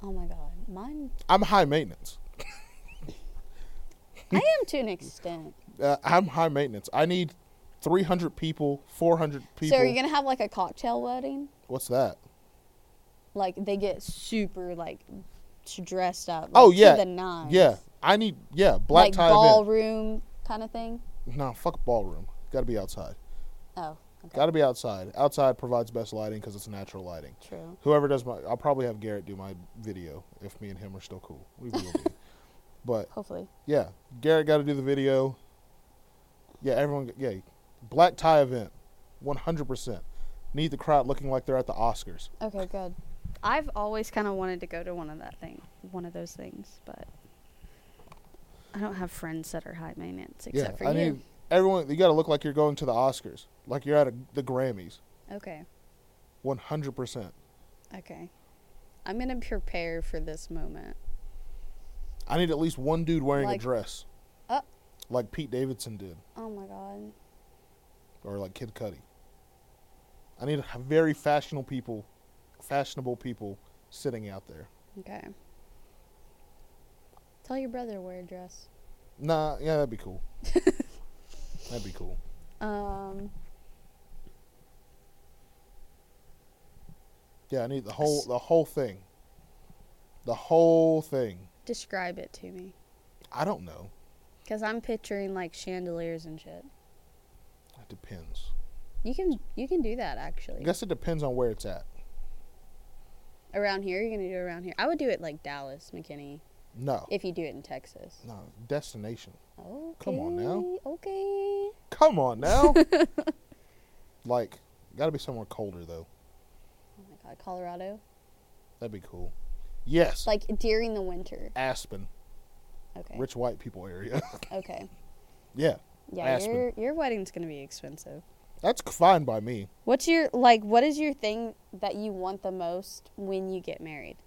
S2: Oh my god, mine.
S1: I'm high maintenance. [laughs]
S2: I am to an extent.
S1: Uh, I'm high maintenance. I need 300 people, 400 people.
S2: So are you gonna have like a cocktail wedding?
S1: What's that?
S2: like they get super like s- dressed up. Like,
S1: Oh, yeah.
S2: to the nines.
S1: Yeah, I need. Yeah, black
S2: like
S1: tie event.
S2: ballroom kind of thing.
S1: No, fuck ballroom. Got to be outside.
S2: Oh, okay,
S1: Got to be outside. Outside provides best lighting because it's natural lighting.
S2: true.
S1: Whoever does my, I'll probably have Garrett do my video if me and him are still cool. We will
S2: [laughs]
S1: be. but
S2: Hopefully,
S1: yeah, Garrett got to do the video. Yeah, everyone. g- Yeah, black tie event, one hundred percent. Need the crowd looking like they're at the Oscars.
S2: okay, good. I've always kind of wanted to go to one of that thing, one of those things, but I don't have friends that are high maintenance
S1: Yeah,
S2: except for
S1: I
S2: you.
S1: need everyone. You got to look like you're going to the Oscars, like you're at a, the Grammys,
S2: Okay,
S1: one hundred percent.
S2: okay. I'm gonna prepare for this moment.
S1: I need at least one dude wearing
S2: Like-
S1: a dress.
S2: Uh.
S1: Like Pete Davidson did,
S2: Oh my god.
S1: or like Kid Cudi. I need very fashionable people, fashionable people sitting out there.
S2: Okay. Tell your brother to wear a dress.
S1: Nah, yeah, that'd be cool.
S2: [laughs]
S1: that'd be cool.
S2: Um.
S1: Yeah, I need the whole the whole thing. The whole thing.
S2: Describe it to me.
S1: I don't know.
S2: Because I'm picturing like chandeliers and shit.
S1: It depends.
S2: You can you can do that
S1: I
S2: actually.
S1: guess it depends on where it's at.
S2: Around here, you're gonna do it around here. I would do it like Dallas, McKinney,
S1: No,
S2: if you do it in Texas.
S1: no destination.
S2: Okay.
S1: Come on now.
S2: Okay.
S1: Come on
S2: [laughs]
S1: now. like, gotta be somewhere colder though.
S2: Oh my God, Colorado.
S1: That'd be cool. Yes,
S2: Like during the winter.
S1: Aspen,
S2: Okay.
S1: rich white people area. [laughs]
S2: Okay.
S1: yeah,
S2: Yeah,
S1: Aspen.
S2: your your wedding's gonna be expensive.
S1: that's fine by me.
S2: What's your like? What is your thing that you want the most when you get married?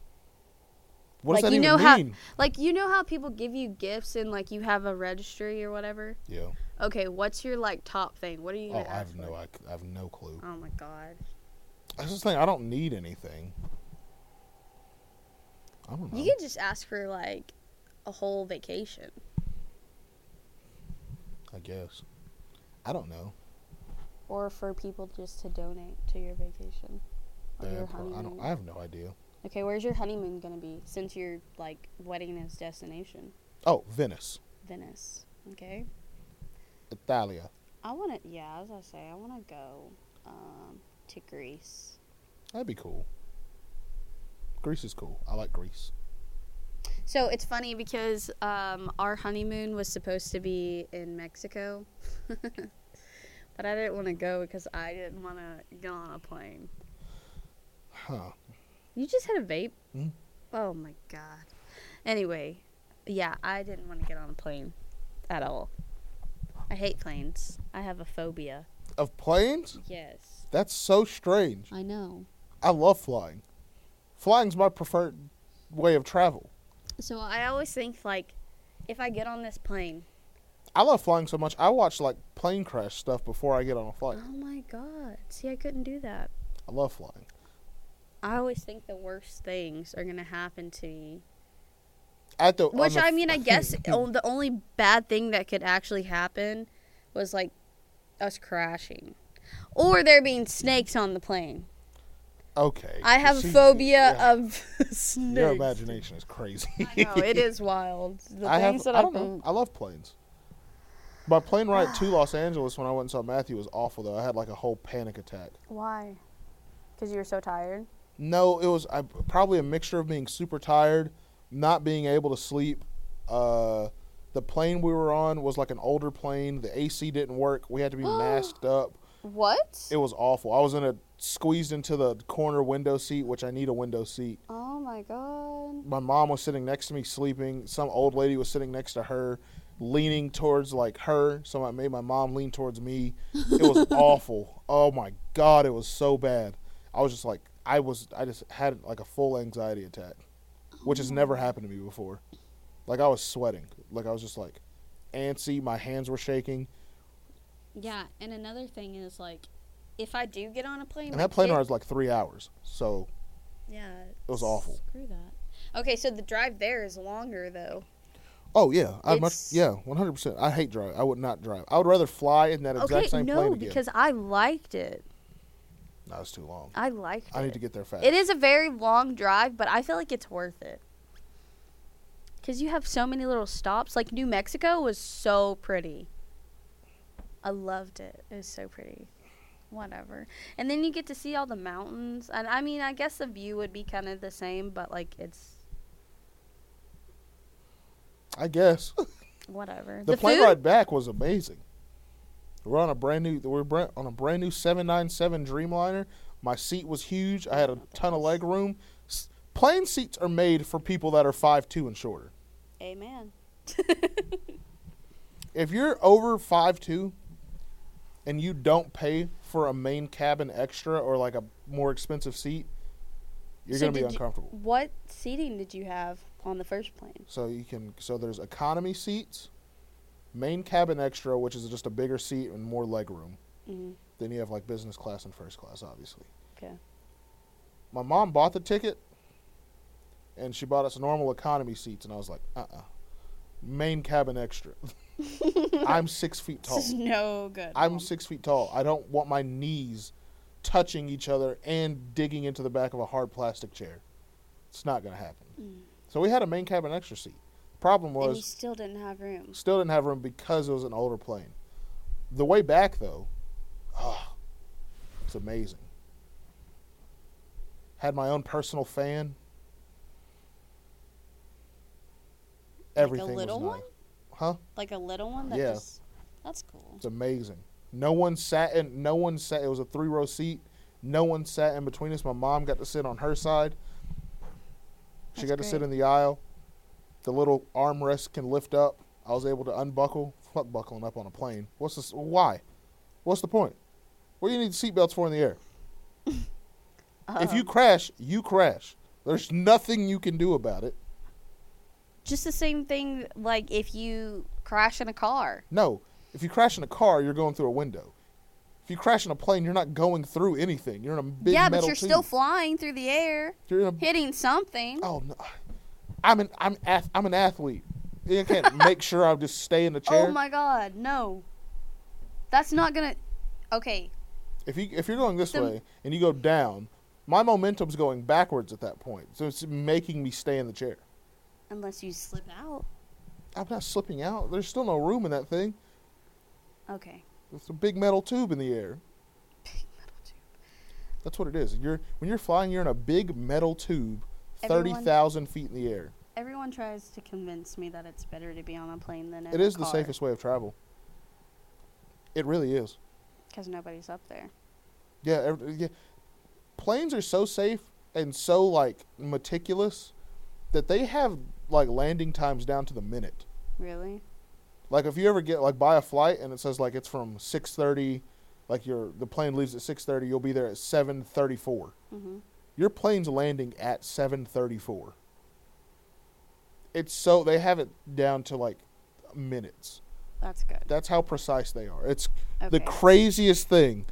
S1: What
S2: like
S1: does that
S2: you
S1: even
S2: know how
S1: mean?
S2: like you know how people give you gifts and like you have a registry or whatever.
S1: yeah.
S2: Okay, what's your like top thing? What are you
S1: Oh,
S2: gonna
S1: I
S2: ask
S1: have
S2: for?
S1: no, I, I have no clue.
S2: Oh my God.
S1: That's the thing. I don't need anything. I don't know.
S2: You could just ask for like a whole vacation.
S1: I guess. I don't know.
S2: Or for people just to donate to your vacation. Or
S1: Yeah,
S2: your
S1: pro- I
S2: honeymoon.
S1: don't. I have no idea.
S2: Okay, where's your honeymoon gonna be? Since your like wedding is destination.
S1: Oh, Venice,
S2: Venice. Okay.
S1: Italia.
S2: I wanna yeah, as I say, I wanna go um to Greece.
S1: That'd be cool. Greece is cool. I like Greece.
S2: So it's funny because um, our honeymoon was supposed to be in Mexico, [laughs] but I didn't want to go because I didn't want to get on a plane.
S1: Huh.
S2: You just had a vape?
S1: Mm.
S2: Oh my god. Anyway, yeah, I didn't want to get on a plane at all. I hate planes. I have a phobia.
S1: Of planes?
S2: Yes.
S1: That's so strange.
S2: I know.
S1: I love flying. Flying's my preferred way of travel.
S2: So I always think like if I get on this plane,
S1: I love flying so much. I watch like plane crash stuff before I get on a flight.
S2: oh my god. See, I couldn't do that.
S1: I love flying.
S2: I always think the worst things are going to happen to me.
S1: At the on
S2: Which
S1: the- [laughs]
S2: I mean, I guess oh, o- the only bad thing that could actually happen was like us crashing, or there being snakes on the plane.
S1: okay.
S2: I have a
S1: See,
S2: phobia
S1: yeah.
S2: of
S1: [laughs]
S2: snakes.
S1: Your imagination is crazy.
S2: I know
S1: [laughs]
S2: it is wild. The
S1: I have.
S2: things that
S1: I
S2: I,
S1: don't
S2: think.
S1: know. I love planes. My plane ride
S2: [sighs]
S1: to Los Angeles when I went and saw Matthew was awful though. I had like a whole panic attack.
S2: Why? Because you were so tired.
S1: No, it was I, probably a mixture of being super tired, not being able to sleep. Uh, the plane we were on was like an older plane. The AC didn't work. We had
S2: [gasps]
S1: to be masked up.
S9: What?
S1: It was awful. I was in a squeezed into the corner window seat, which I need a window seat.
S9: oh my god.
S1: My mom was sitting next to me sleeping. Some old lady was sitting next to her, leaning towards like her. So I made my mom lean towards me. It
S2: [laughs]
S1: was awful. Oh my god, it was so bad. I was just like, I was, I just had like a full anxiety attack, which has
S2: Oh.
S1: never happened to me before. Like I was sweating. Like I was just like, antsy. My hands were shaking.
S2: Yeah, and another thing is like, if I do get on a plane,
S1: And that plane ride was like three hours. So
S2: yeah,
S1: it was awful.
S2: Screw that. Okay, so the drive there is longer though.
S1: Oh yeah, I much
S2: It's-
S1: yeah, one hundred percent. I hate drive. I would not drive. I would rather fly in that exact
S2: Okay,
S1: same
S2: no,
S1: plane again.
S2: because I liked it.
S1: no, it's too long.
S2: I liked it.
S1: I need to get there fast.
S2: It is a very long drive, but I feel like it's worth it. Cause you have so many little stops. Like New Mexico was so pretty. I loved it. It was so pretty. Whatever. And then you get to see all the mountains. And I mean, I guess the view would be kind of the same, but like it's
S1: I guess [laughs]
S2: whatever.
S1: the, plane ride back was amazing. We're on a brand new. We're bra- on a brand new seven nine seven Dreamliner. My seat was huge. I had a ton of leg room. S- plane seats are made for people that are five two and shorter.
S2: [laughs]
S9: Amen.
S1: If you're over five two, and you don't pay for a main cabin extra or like a more expensive seat, you're
S2: So
S1: gonna be
S2: did you-
S1: uncomfortable.
S2: What seating did you have on the first plane?
S1: So you can so there's economy seats, main cabin extra, which is just a bigger seat and more leg room.
S2: Mm-hmm. [laughs]
S1: Then you have like business class and first class, obviously.
S2: Okay.
S1: My mom bought the ticket, and she bought us normal economy seats, and I was like, uh, uh main cabin
S2: [laughs]
S1: extra. I'm six feet tall.
S2: This is no good.
S1: I'm
S2: Mom.
S1: six feet tall. I don't want my knees touching each other and digging into the back of a hard plastic chair. It's not gonna happen. So we had a main cabin extra seat. Problem was
S2: Mm. and you still didn't have room.
S1: Still didn't have room because it was an older plane. The way back though, ah, it's amazing. Had my own personal fan. Everything was
S2: little
S1: nice.
S2: one?
S1: huh?
S2: Like a little one that
S1: Yeah.
S2: just That's cool.
S1: It's amazing. No one sat in. No one sat. It was a three row seat. No one sat in between us. My mom got to sit on her side. She
S2: That's
S1: got to sit
S2: great.
S1: in the aisle. The little armrest can lift up. I was able to unbuckle. Fuck buckling up on a plane. What's this? Why? What's the point? What do you need seatbelts for in the air?
S2: Uh-huh.
S1: If you crash, you crash. There's nothing you can do about it.
S2: Just the same thing like if you crash in a car.
S1: No. If you crash in a car, you're going through a window. If you crash in a plane, you're not going through anything. You're in a big
S2: yeah, but
S1: metal
S2: you're
S1: tube.
S2: still flying through the air,
S1: You're in a
S2: hitting something.
S1: Oh no, I'm an I'm ath- I'm an athlete. You
S2: [laughs]
S1: can't make sure I'll just stay in the chair.
S2: Oh my god, no. That's not gonna Okay.
S1: If you if you're going this
S2: The-
S1: way and you go down, my momentum's going backwards at that point, so it's making me stay in the chair.
S2: Unless you slip out.
S1: I'm not slipping out. There's still no room in that thing.
S2: Okay.
S1: It's a big metal tube in the air. That's what it is. You're when you're flying, you're in a big metal tube, thirty
S2: Everyone-
S1: thousand feet in the air.
S2: Everyone tries to convince me that it's better to be on a plane than in
S1: it is the safest way of travel. It really is.
S2: because nobody's up there.
S1: Yeah, every, yeah. Planes are so safe and so like meticulous that they have like landing times down to the minute.
S6: Really?
S1: Like if you ever get like buy a flight and it says like it's from six thirty, like your the plane leaves at six thirty, you'll be there at seven thirty four.
S2: Mm-hmm.
S6: Mhm.
S1: Your plane's landing at seven thirty four. It's so they have it down to like minutes.
S6: That's good.
S1: That's how precise they are. It's the
S6: Okay.
S1: craziest thing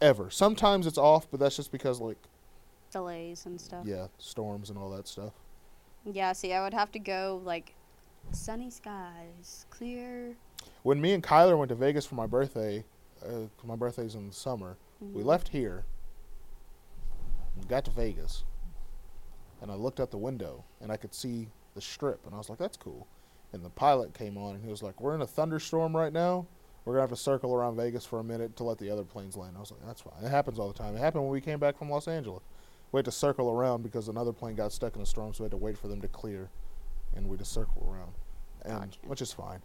S1: ever. Sometimes it's off, but that's just because like
S6: Delays and stuff.
S1: yeah, storms and all that stuff.
S6: Yeah, see, I would have to go like sunny skies, clear.
S1: When me and Kyler went to Vegas for my birthday, uh, my birthday's in the summer.
S6: Mm-hmm.
S1: We left here, we got to Vegas, and I looked out the window and I could see the strip, and I was like, "That's cool." And the pilot came on and he was like, "We're in a thunderstorm right now. We're gonna have to circle around Vegas for a minute to let the other planes land." I was like, "That's fine. It happens all the time. It happened when we came back from Los Angeles. We had to circle around because another plane got stuck in a storm, so we had to wait for them to clear, and we just circle around, and
S6: Gotcha.
S1: which is fine.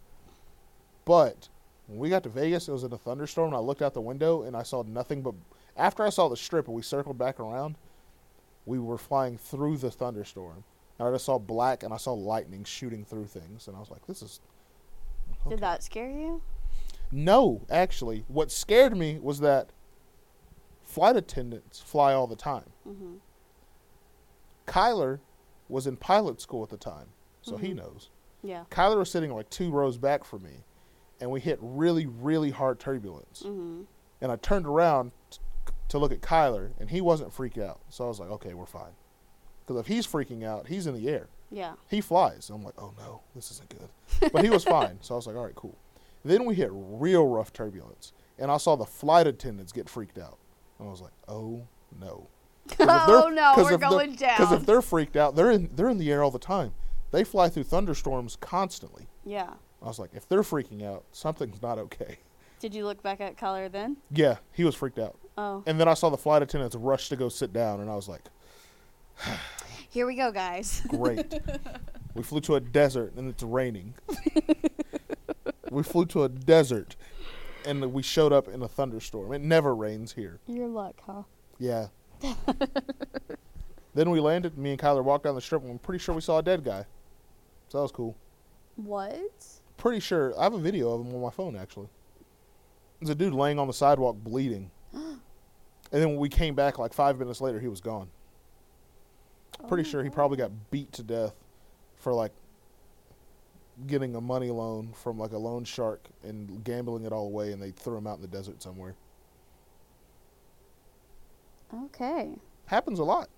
S1: But when we got to Vegas, it was in a thunderstorm, and I looked out the window and I saw nothing but. After I saw the strip and we circled back around, we were flying through the thunderstorm. And I just saw black and I saw lightning shooting through things, and I was like, "This is."
S6: Did that scare you?
S1: No, actually, what scared me was that flight attendants fly all the time.
S6: Mm-hmm.
S1: Kyler was in pilot school at the time, so he knows.
S6: Yeah.
S1: Kyler was sitting like two rows back from me, and we hit really, really hard turbulence.
S6: Mm-hmm.
S1: and I turned around t- to look at Kyler, and he wasn't freaked out. So I was like, okay, we're fine. Because if he's freaking out, he's in the air. [laughs]
S6: Yeah.
S1: He flies. I'm like, oh no, this isn't good. But he was fine. So I was like, all right, cool. Then we hit real rough turbulence, and I saw the flight attendants get freaked out. And I was like, oh no.
S6: [laughs] Oh, no, we're going
S1: Because
S6: down.
S1: if they're freaked out, they're in, they're in the air all the time. They fly through thunderstorms constantly.
S6: Yeah.
S1: I was like, if they're freaking out, something's not okay. [laughs]
S6: Did you look back at color then?
S1: Yeah, he was freaked out.
S6: Oh.
S1: And then I saw the flight attendants rush to go sit down, and I was like,
S6: Here we go, guys. [laughs]
S1: great. we flew to a desert, and it's raining. we flew to a desert, and we showed up in a thunderstorm. It never rains here.
S6: Your luck, huh?
S1: Yeah. then we landed. Me and Kyler walked down the strip, and I'm pretty sure we saw a dead guy. So that was cool.
S6: What?
S1: Pretty sure. I have a video of him on my phone, actually. There's a dude laying on the sidewalk bleeding. and then when we came back, like five minutes later, he was gone. Pretty sure he probably got beat to death for like getting a money loan from like a loan shark and gambling it all away, and they threw him out in the desert somewhere.
S6: Okay.
S1: Happens a lot.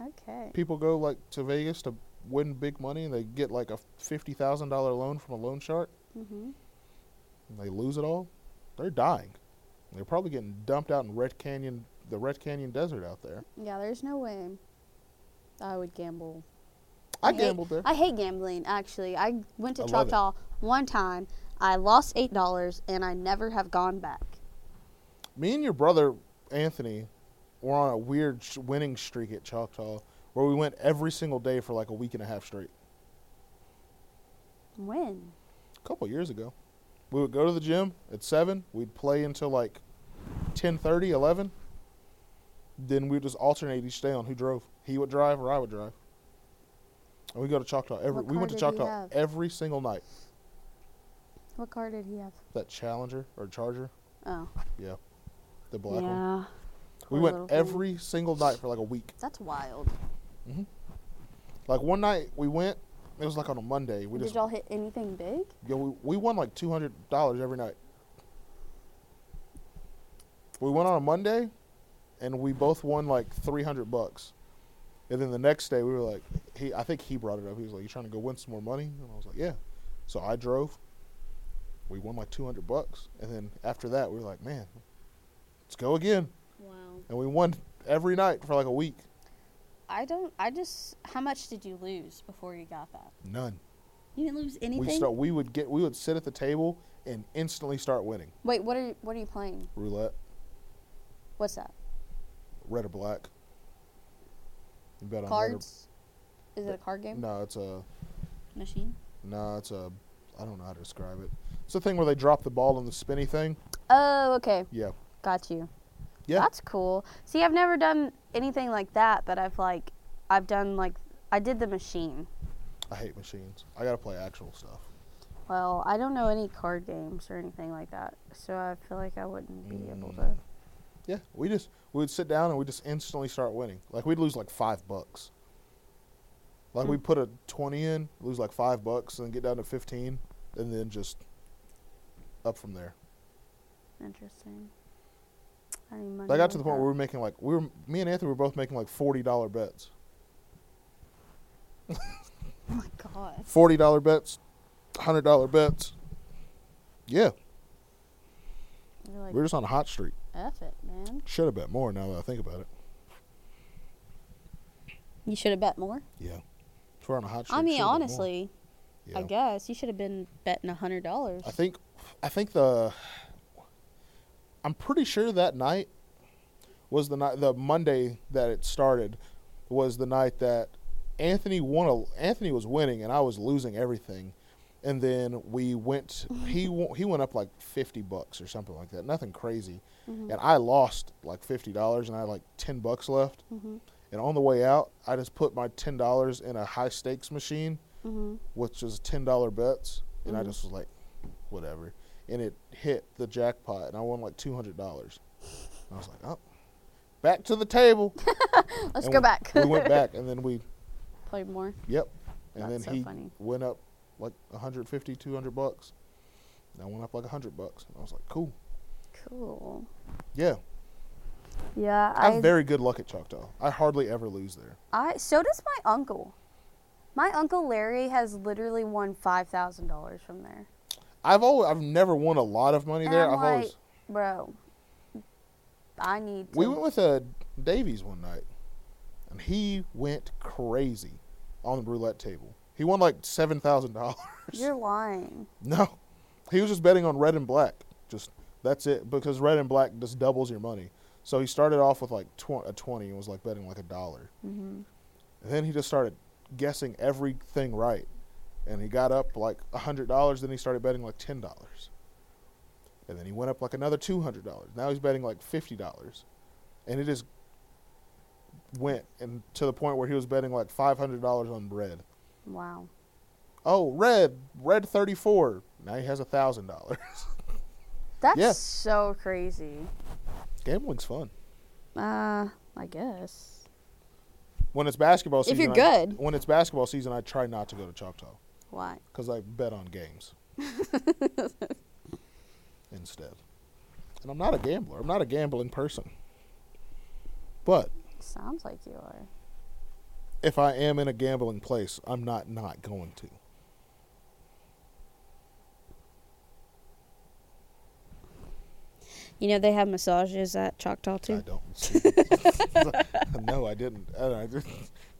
S6: Okay.
S1: People go like to Vegas to win big money, and they get like a fifty thousand dollar loan from a loan shark.
S6: Mm-hmm.
S1: and they lose it all, they're dying. They're probably getting dumped out in Red Canyon, the Red Canyon desert out there.
S6: Yeah, there's no way I would gamble.
S1: I
S6: hate-
S1: gambled there.
S6: I hate gambling, actually. I went to
S1: I love it.
S6: Choctaw one time. I lost $8 and I never have gone back.
S1: Me and your brother Anthony were on a weird sh- winning streak at Choctaw, where we went every single day for like a week and a half straight.
S6: When?
S1: A couple years ago, we would go to the gym at seven. We'd play until like 10:30, 11. Then we'd just alternate each day on who drove. He would drive or I would drive. And we go to Choctaw every.
S6: What
S1: We
S6: car
S1: went to
S6: did you
S1: Choctaw
S6: have?
S1: every single night.
S6: What car did he have?
S1: That Challenger or Charger.
S6: Oh.
S1: Yeah. The black
S6: yeah.
S1: one.
S6: Poor
S1: We
S6: little
S1: went
S6: thing.
S1: every single night for like a week.
S6: That's wild.
S1: Like one night we went, it was like on a Monday. We
S6: Did
S1: just
S6: y'all hit anything big?
S1: yeah, we, we won like two hundred dollars every night. We went on a Monday and we both won like three hundred bucks. And then the next day we were like he I think he brought it up. He was like, You trying to go win some more money? And I was like, Yeah. So I drove. We won like two hundred bucks. And then after that we were like, Man, let's go again.
S3: Wow.
S1: and we won every night for like a week.
S6: I don't. I just. How much did you lose before you got that?
S1: None.
S6: You didn't lose anything.
S1: We start. We would get. We would sit at the table and instantly start winning.
S6: Wait, what are you, what are you playing?
S1: Roulette,
S6: What's that?
S1: red or black. You bet
S6: Cards? Is it a
S1: but-
S6: card
S1: on
S6: game?
S1: red. Or, no, it's a.
S6: Machine.
S1: No, it's a. I don't know how to describe it. It's the thing where they drop the ball on the spinny thing.
S6: Oh, okay.
S1: Yeah,
S6: Got you.
S1: Yeah.
S2: That's cool. See, I've never done anything like that that I've like I've done like I did the machine.
S1: I hate machines. I gotta play actual stuff.
S2: Well, I don't know any card games or anything like that. So I feel like I wouldn't be able
S1: Mm.
S2: to
S1: Yeah, we just we would sit down and we just instantly start winning. Like we'd lose like five bucks. Like
S2: Hmm.
S1: we put a twenty in, lose like five bucks, and then get down to fifteen, and then just up from there.
S2: interesting. I need money.
S1: I got
S2: like
S1: to the point
S2: that.
S1: where we were making like we were me and Anthony were both making like forty dollar bets,
S10: Oh
S2: [laughs]
S10: my god.
S1: forty dollar bets, hundred dollar bets. Yeah,
S2: You're like,
S1: we were just on a hot streak.
S2: F it, man.
S1: Should have bet more. Now that I think about it,
S2: You should have bet more.
S1: yeah, if we're on a hot streak.
S2: I mean,
S1: shoulda bet more.
S2: honestly,
S1: yeah.
S2: I guess you should have been betting a hundred dollars.
S1: I think, I think the, I'm pretty sure that night was the night, the Monday that it started was the night that Anthony won. A, Anthony was winning and I was losing everything. And then we went, he, wa- he went up like 50 bucks or something like that. Nothing crazy. And I lost like $50 and I had like 10 bucks left.
S2: Mhm.
S1: And on the way out, I just put my $10 in a high stakes machine
S2: Mm-hmm.
S1: which was ten dollar bets, and I
S2: Mhm.
S1: just was like, whatever. And it hit the jackpot, and I won like two hundred dollars. I was like, oh, back to the table.
S2: [laughs]
S1: And
S2: Let's go
S1: we-
S2: back.
S1: we
S2: [laughs]
S1: went back, and then we,
S2: Played more.
S1: yep, and
S2: That's
S1: then
S2: so
S1: he
S2: funny.
S1: went up like 150, 200 bucks. And I went up like hundred bucks, and I was like, cool.
S2: Cool.
S1: Yeah,
S2: Yeah,
S1: I
S2: I.
S1: have very good luck at Choctaw. I hardly ever lose there.
S2: I. So does my uncle. My uncle Larry has literally won five thousand dollars from there,
S1: I've always, I've never won a lot of money
S2: And
S1: there.
S2: I'm
S1: I've always.
S2: like, bro. I need. To,
S1: We went with uh, Davies one night, and he went crazy on the roulette table. He won like seven thousand dollars.
S2: You're lying.
S1: No, he was just betting on red and black. Just that's it because red and black just doubles your money. So he started off with like tw- a twenty and was like betting like a dollar.
S2: Mm-hmm.
S1: And then he just started guessing everything right, and he got up like a hundred dollars. Then he started betting like ten dollars, and then he went up like another two hundred dollars. Now he's betting like fifty dollars, and it just went and to the point where he was betting like five hundred dollars on red.
S2: Wow.
S1: Oh, red, red thirty four. Now he has a thousand dollars.
S2: That's
S1: Yeah.
S2: so crazy.
S1: Gambling's fun
S2: Uh, I guess.
S1: when it's basketball
S10: If
S1: season.
S10: you're
S1: I-
S10: good.
S1: when it's basketball season, I try not to go to Choctaw.
S2: Why?
S1: because I bet on
S10: [laughs]
S1: games instead. And I'm not a gambler. I'm not a gambling person. But
S2: Sounds like you are.
S1: if I am in a gambling place, I'm not not going to.
S2: You know they have massages at Choctaw
S1: I
S2: too.
S1: don't. [laughs] no, I didn't. I, I, didn't.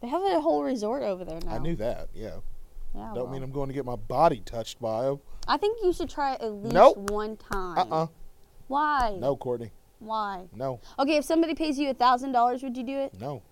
S2: They have a whole resort over there now.
S1: I knew that. Yeah.
S2: Yeah,
S10: Oh,
S1: don't mean
S2: well.
S1: I'm going to get my body touched by 'em.
S2: I think you should try at least
S1: Nope.
S2: one time.
S1: Uh-uh.
S2: Why?
S1: No, Courtney.
S2: Why?
S1: No.
S2: Okay, if somebody pays you a thousand dollars, would you do it?
S1: No.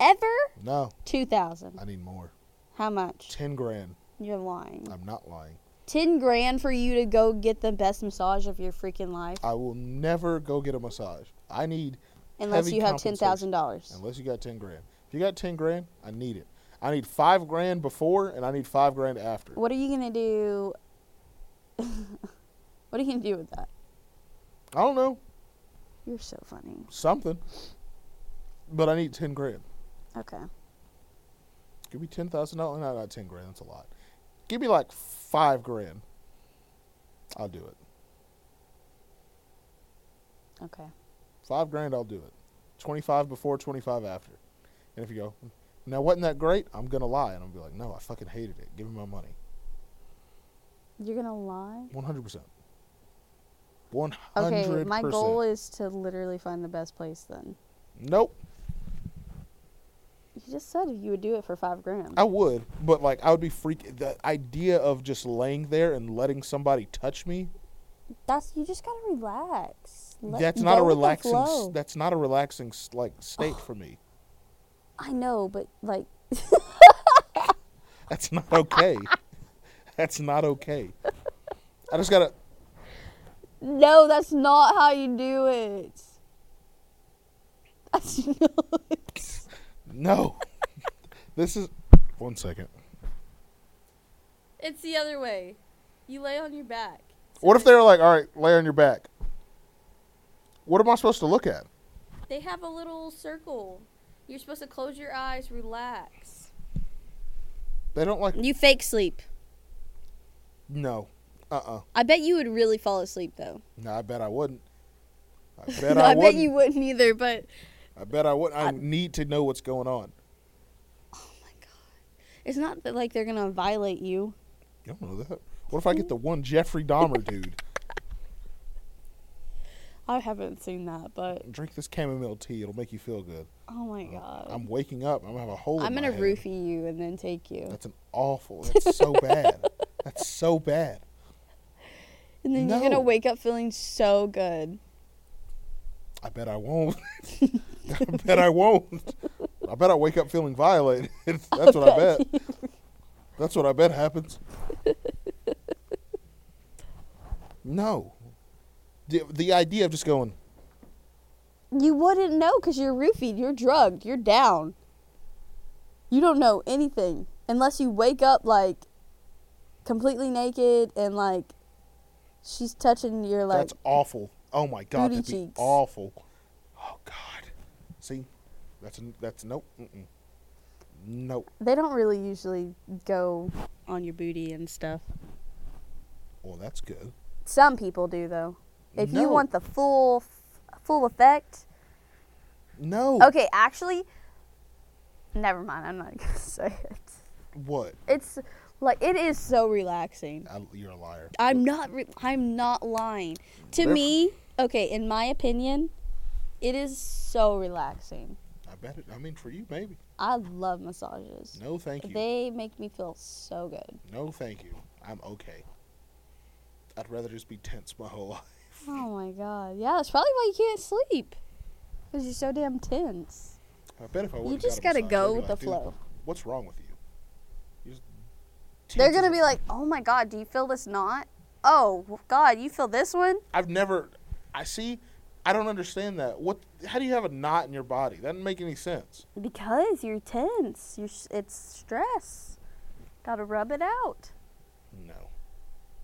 S2: Ever?
S1: No.
S2: Two thousand.
S1: I need more.
S2: How much?
S1: Ten grand.
S2: You're lying.
S1: I'm not lying.
S2: Ten grand for you to go get the best massage of your freaking life,
S1: I will never go get a massage. I need
S2: unless
S1: heavy
S2: you have ten
S1: compensation.
S2: thousand dollars.
S1: Unless you got ten grand. If you got ten grand, I need it. I need five grand before and I need five grand after.
S2: What are you gonna do? [laughs] what are you gonna do with that?
S1: I don't know.
S2: You're so funny.
S1: Something. But I need ten grand.
S2: Okay.
S1: Give me ten thousand dollars. No, not ten grand, that's a lot. Give me like five grand. I'll do it.
S2: Okay.
S1: Five grand I'll do it. Twenty five before, twenty five after. And if you go, now wasn't that great? I'm gonna lie and I'll be like, No, I fucking hated it. Give me my money.
S2: You're gonna lie.
S1: One hundred percent. One hundred
S2: Okay,
S1: percent.
S2: my goal is to literally find the best place then.
S1: Nope.
S2: You just said you would do it for five grand.
S1: I would, but like I would be freak. The idea of just laying there and letting somebody touch me.
S2: That's you just gotta relax. Let-
S1: that's not a
S2: go with the
S1: relaxing. s-
S2: flow.
S1: That's not a relaxing s- like
S2: [sighs]
S1: state for me.
S2: I know, but like,
S1: That's not okay. [laughs] that's not okay. I just gotta.
S2: no, that's not how you do it. That's [laughs] nuts.
S1: No. [laughs] this is one second.
S6: It's the other way. You lay on your back.
S1: What if they were like, all right, lay on your back? What am I supposed to look at?
S6: They have a little circle. You're supposed to close your eyes, relax.
S1: They don't like.
S2: You fake sleep.
S1: No. Uh uh
S2: I bet you would really fall asleep though.
S1: No, I bet I wouldn't. I
S2: [laughs]
S1: bet
S2: No,
S1: I,
S2: I bet
S1: wouldn't.
S2: you wouldn't either, but
S1: I bet I wouldn't. I,
S2: I-
S1: need to know what's going on.
S2: it's not that like they're gonna violate you.
S1: You don't know that. What if I get the one Jeffrey
S2: [laughs]
S1: Dahmer dude?
S2: I haven't seen that, but
S1: Drink this chamomile tea. It'll make you feel good.
S2: oh my god.
S1: I'm waking up. I'm gonna have a hole.
S2: I'm
S1: in
S2: gonna
S1: my head.
S2: roofie you and then take you.
S1: That's an awful. That's so
S2: [laughs]
S1: bad. That's so bad.
S2: And then you're
S1: No.
S2: gonna wake up feeling so good.
S1: I bet I won't. [laughs] I bet I won't. I bet I wake up feeling violated. [laughs] That's what I bet.
S2: [laughs]
S1: That's what I bet happens. No. The, the idea of just going,
S2: You wouldn't know because you're roofied, you're drugged, you're down. You don't know anything unless you wake up like completely naked and like she's touching your like
S1: that's awful. Oh my God,
S2: Booty
S1: that'd be
S2: cheeks.
S1: awful. Oh God. See, that's, a, that's nope. Mm-mm. Nope.
S2: they don't really usually go on your booty and stuff.
S1: Well, that's good.
S2: Some people do though. If you
S1: No.
S2: want the full full effect.
S1: No.
S2: Okay, actually never mind, I'm not [laughs] going to say it.
S1: What?
S2: It's like it is so relaxing.
S1: I, you're a liar.
S2: I'm not. Re- I'm not lying. To
S1: They're-
S2: me, okay, in my opinion, it is so relaxing.
S1: I bet it. I mean, for you, maybe.
S2: I love massages.
S1: No, thank you.
S2: They make me feel so good.
S1: No, thank you. I'm okay. I'd rather just be tense my whole life.
S2: Oh my god. Yeah, that's probably why you can't sleep. Cause you're so damn tense.
S1: I bet if I
S2: you
S1: would've
S2: just
S1: got a
S2: gotta
S1: massage,
S2: go
S1: they'd
S2: with
S1: be
S2: the
S1: like, "Dude,
S2: flow.
S1: What's wrong with you? You're just
S2: They're
S1: tense as
S2: gonna
S1: a-"
S2: be like, "Oh my god, do you feel this knot? Oh god, you feel this one?
S1: I've never. I see. I don't understand that. What? How do you have a knot in your body? That doesn't make any sense.
S2: Because you're tense. You're. s- It's stress. Gotta rub it out."
S1: No,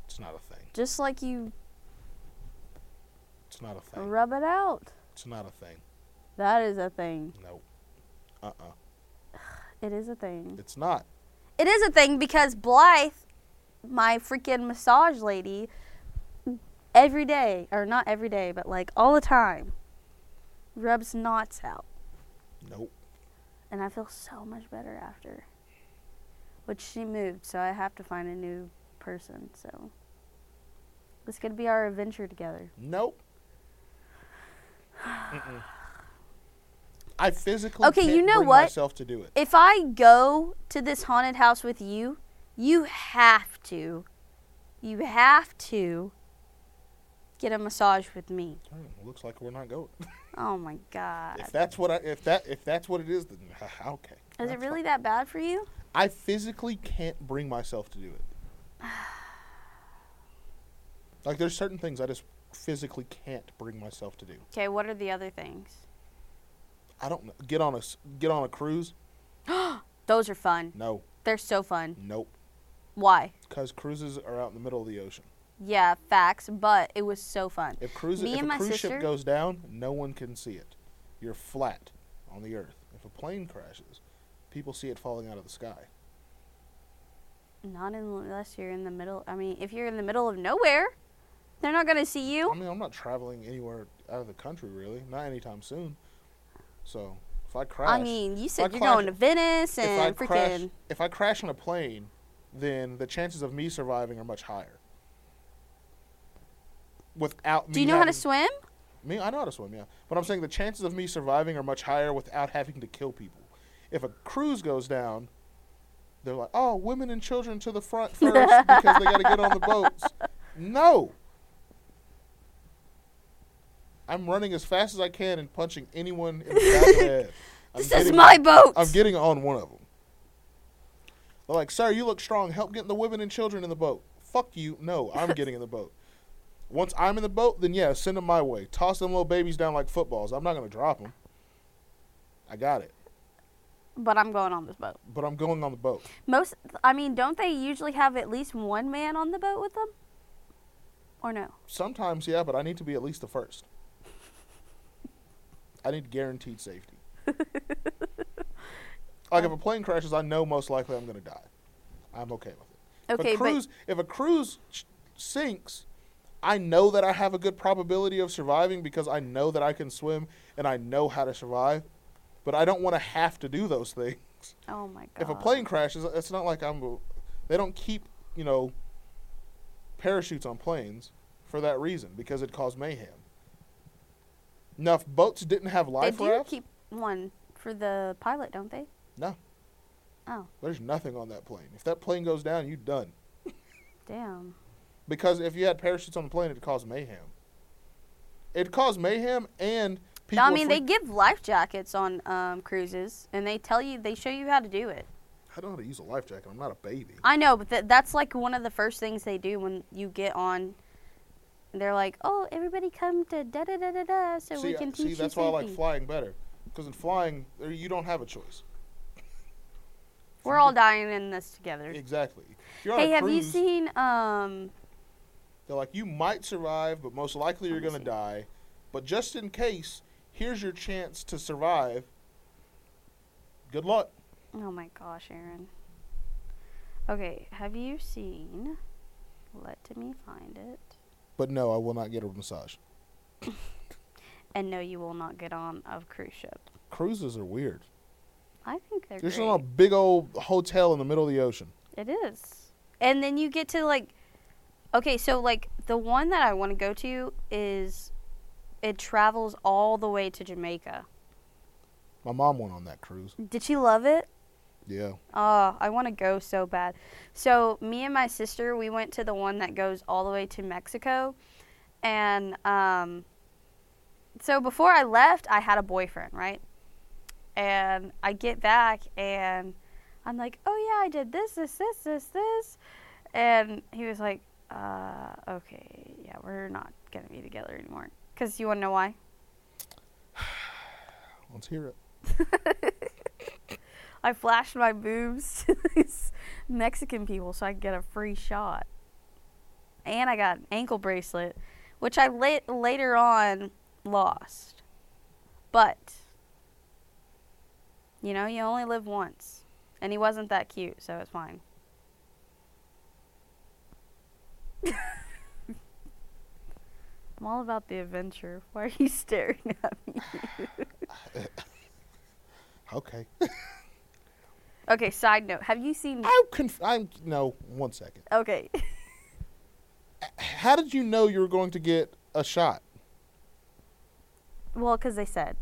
S1: it's not a thing.
S2: Just like you
S1: It's not a thing.
S2: rub it out.
S1: It's not a thing.
S2: That is a thing.
S1: No. Uh uh
S2: It is a thing.
S1: It's not.
S2: It is a thing because Blythe, my freaking massage lady, every day, or not every day, but like all the time, rubs knots out.
S1: Nope.
S2: And I feel so much better after. Which she moved, so I have to find a new person, so. This could be our adventure together.
S1: Nope. [sighs] Mm-mm. I physically
S2: Okay,
S1: Can't
S2: you know
S1: bring
S2: what?
S1: Myself to do it.
S2: if I go to this haunted house with you, you have to, you have to get a massage with me.
S1: Hmm, Looks like we're not going. [laughs]
S2: Oh my God.
S1: If that's what I, if that if that's what it is, then [laughs] okay.
S2: Is
S1: That's
S2: it
S1: fine.
S2: really that bad for you?
S1: I physically can't bring myself to do it.
S2: [sighs]
S1: Like there's certain things I just physically can't bring myself to do.
S2: Okay, what are the other things?
S1: I don't know. get on a s- get on a cruise.
S2: Those are fun.
S1: No,
S2: They're so fun.
S1: nope.
S2: Why?
S1: Because cruises are out in the middle of the ocean.
S2: Yeah, facts, but it was so fun.
S1: If cruise
S2: Me
S1: if
S2: and
S1: a
S2: my
S1: cruise
S2: sister-
S1: ship goes down, no one can see it. You're flat on the earth. If a plane crashes, people see it falling out of the sky.
S2: Not unless you're in the middle. I mean, if you're in the middle of nowhere, they're not going to see
S1: I
S2: you.
S1: mean, I'm not traveling anywhere out of the country really, not anytime soon. So if I crash,
S2: I mean, you said
S1: I
S2: you're
S1: crash-
S2: going to Venice
S1: if I
S2: and
S1: crash,
S2: freaking.
S1: if I crash on a plane, then the chances of me surviving are much higher. Without
S2: Do
S1: me
S2: you know how to
S1: having-
S2: swim?
S1: Me, I know how to swim, yeah. But I'm saying the chances of me surviving are much higher without having to kill people. If a cruise goes down, they're like, "Oh, women and children to the
S2: [laughs]
S1: front first because they got to get on the boats." No. I'm running as fast as I can and punching anyone in the back of the
S2: [laughs]
S1: head. I'm
S2: This is
S1: getting-
S2: my boat.
S1: I'm getting on one of them. They're like, sir, you look strong. Help getting the women and children in the boat. Fuck you. No, I'm getting in the boat. Once I'm in the boat, then yeah, send them my way. Toss them little babies down like footballs. I'm not going to drop them. I got it.
S2: But I'm going on this boat.
S1: But I'm going on the boat.
S2: Most, I mean, don't they usually have at least one man on the boat with them? Or no?
S1: Sometimes, yeah, but I need to be at least the first. I need guaranteed safety. like if a plane crashes, I know most likely I'm going to die. I'm okay with it. if
S2: Okay,
S1: a cruise, if a cruise sh- sinks, I know that I have a good probability of surviving because I know that I can swim and I know how to survive. But I don't want to have to do those things.
S2: but oh my god.
S1: If a plane crashes, it's not like I'm. They don't keep you know parachutes on planes for that reason because it caused mayhem. Now, if boats didn't have
S2: they
S1: life
S2: do
S1: rafts,
S2: keep one for the pilot, don't they?
S1: No.
S2: Oh
S1: there's nothing on that plane. If that plane goes down, you done.
S2: damn.
S1: Because if you had parachutes on the plane, it'd cause mayhem. It'd cause mayhem and people.
S2: I
S1: would
S2: mean, they
S1: freak-
S2: give life jackets on um, cruises, and they tell you, they show you how to do it.
S1: I don't know how to use a life jacket. I'm not a baby.
S2: I know, but th- that's like one of the first things they do when you get on. They're like, "Oh, everybody come to da da da da da, so we
S1: I-
S2: can
S1: see
S2: teach
S1: that's
S2: you
S1: why I
S2: safety."
S1: like flying better. Because in flying, there- you don't have a choice.
S2: We're all dying in this together.
S1: Exactly. If you're on
S2: Hey,
S1: a
S2: have you
S1: cruise-
S2: seen um?
S1: They're like, you might survive, but most likely you're
S2: Let me
S1: going to
S2: see.
S1: die. But just in case, here's your chance to survive. Good luck.
S2: Oh my gosh, Aaron. Okay, have you seen? Let me find it.
S1: But no, I will not get a massage.
S2: And no, you will not get on a cruise ship.
S1: Cruises are weird.
S2: I think they're
S1: You're
S2: great.
S1: just in a big old hotel in the middle of the ocean.
S2: It is. And then you get to like Okay, so like the one that I want to go to is it travels all the way to Jamaica.
S1: My mom went on that cruise.
S2: Did she love it?
S1: Yeah.
S2: Oh, I want to go so bad. So, me and my sister, we went to the one that goes all the way to Mexico. And um so before I left, I had a boyfriend, right? And I get back and I'm like, "Oh yeah, I did this, this, this, this, this." And he was like, "Uh, okay. Yeah, we're not going to be together anymore." Cuz you want to know why?
S1: Let's hear it.
S2: I flashed my boobs to these Mexican people so I could get a free shot. And I got an ankle bracelet, which I la- later on lost. But, you know, you only live once. And he wasn't that cute, so it's fine. [laughs] I'm all about the adventure. Why are you staring at me?
S1: Okay.
S2: Okay, side note. Have you seen.
S1: I'm conf- I'm no one second.
S2: Okay. [laughs]
S1: How did you know you were going to get a shot?
S2: Well, because they said.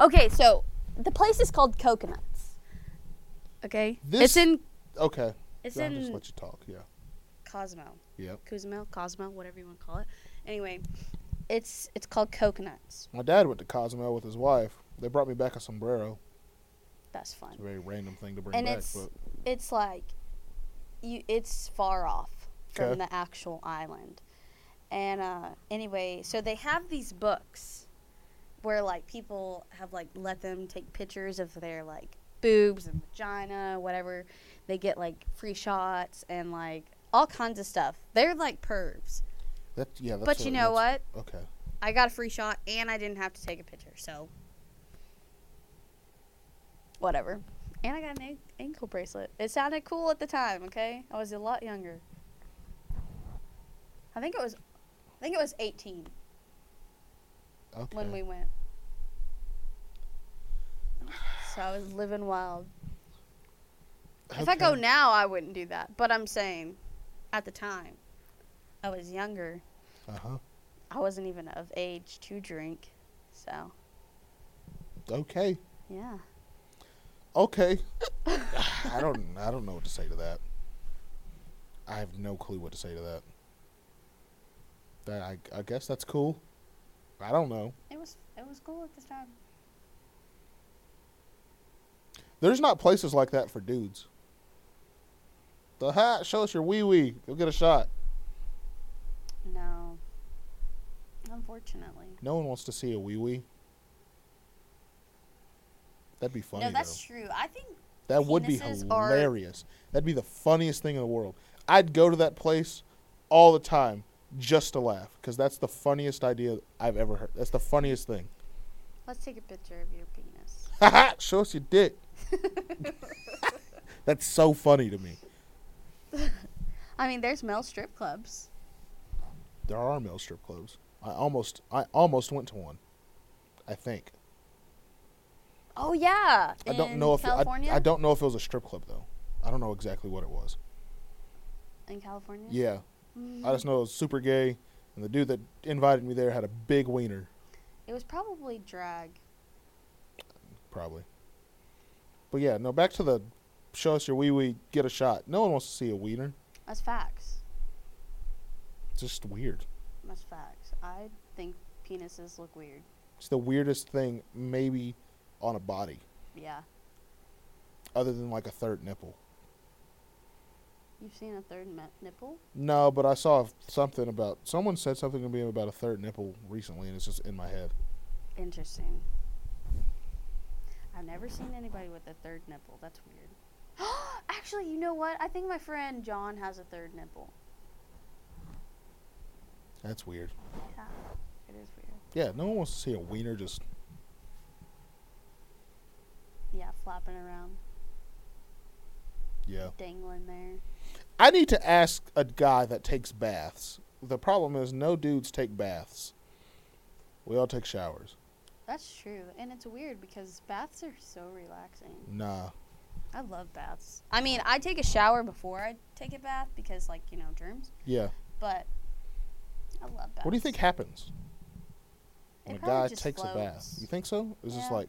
S6: Okay, so the place is called Coconuts.
S2: Okay.
S1: This-
S2: it's in
S1: Okay.
S2: it's
S1: I'll just
S2: in
S1: let you talk. Yeah.
S2: Cosmo,
S1: Yep.
S2: Cozumel, Cosmo, whatever you want to call it. Anyway, it's it's called Coconuts.
S1: My dad went to Cozumel with his wife. They brought me back a sombrero.
S2: That's fun.
S1: It's a very random thing to bring
S2: And
S1: back,
S2: it's-
S1: but
S2: It's like you it's far off from
S1: Okay.
S2: the actual island. And uh anyway, so they have these books where like people have like let them take pictures of their like boobs and vagina, whatever. They get like free shots and like all kinds of stuff. They're like pervs.
S1: that yeah. That's
S2: but you know
S1: that's-
S2: what?
S1: Okay.
S2: I got a free shot and I didn't have to take a picture, so whatever. And I got an an- ankle bracelet. It sounded cool at the time, okay? I was a lot younger. I think it was I think it was 18
S1: Okay.
S2: when we went. So I was living wild. If I go
S1: Okay.
S2: now, I wouldn't do that, but I'm saying at the time I was younger.
S1: Uh-huh.
S2: I wasn't even of age to drink. So,
S1: Okay.
S2: yeah.
S1: Okay. [laughs] I don't I don't know what to say to that. I have no clue what to say to that. That I I guess that's cool. I don't know.
S2: It was it was cool at the time.
S1: There's not places like that for dudes. The hat, show us your wee wee. You'll get a shot.
S2: No. Unfortunately.
S1: No one wants to see a wee wee. That'd be funny.
S2: no, that's
S1: though.
S2: true. I think
S1: That would be
S2: penises are-
S1: hilarious. That'd be the funniest thing in the world. I'd go to that place all the time just to laugh because that's the funniest idea I've ever heard. That's the funniest thing. [laughs]
S2: let's take a picture of your penis.
S1: Haha, show us your
S2: [laughs]
S1: dick. that's so funny to me.
S2: I mean, there's male strip clubs.
S1: There are male strip clubs. I almost, I almost went to one. I think.
S2: Oh yeah.
S1: I don't
S2: in
S1: know if I-
S2: California.
S1: I don't know if it was a strip club though. I don't know exactly what it was.
S2: in California.
S1: Yeah, I just know it was super gay, and the dude that invited me there had a big wiener,
S2: It was probably drag.
S1: probably. But yeah, no. Back to the show us your wee wee, get a shot. No one wants to see a wiener.
S2: That's facts.
S1: It's just weird.
S2: That's facts. I think penises look weird.
S1: It's the weirdest thing maybe on a body,
S2: Yeah.
S1: other than like a third nipple.
S2: You've seen a third me- nipple?
S1: No, but I saw something about someone said something to me about a third nipple recently, and it's just in my head.
S2: Interesting. I've never seen anybody with a third nipple. That's weird. [gasps] Actually, you know what? I think my friend John has a third nipple.
S1: That's weird.
S2: Yeah. It is weird.
S1: Yeah, no one wants to see a wiener just
S2: Yeah, flapping around,
S1: yeah.
S2: dangling there.
S1: I need to ask a guy that takes baths. The problem is no dudes take baths. We all take showers.
S2: That's true. And it's weird because baths are so relaxing.
S1: Nah.
S2: I love baths. I mean, I take a shower before I take a bath because, like, you know, germs.
S1: Yeah.
S2: But I love baths.
S1: What do you think happens
S2: It
S1: when a
S2: probably
S1: guy
S2: just
S1: takes a bath?
S2: floats.
S1: You think so? It's just
S2: Yeah.
S1: like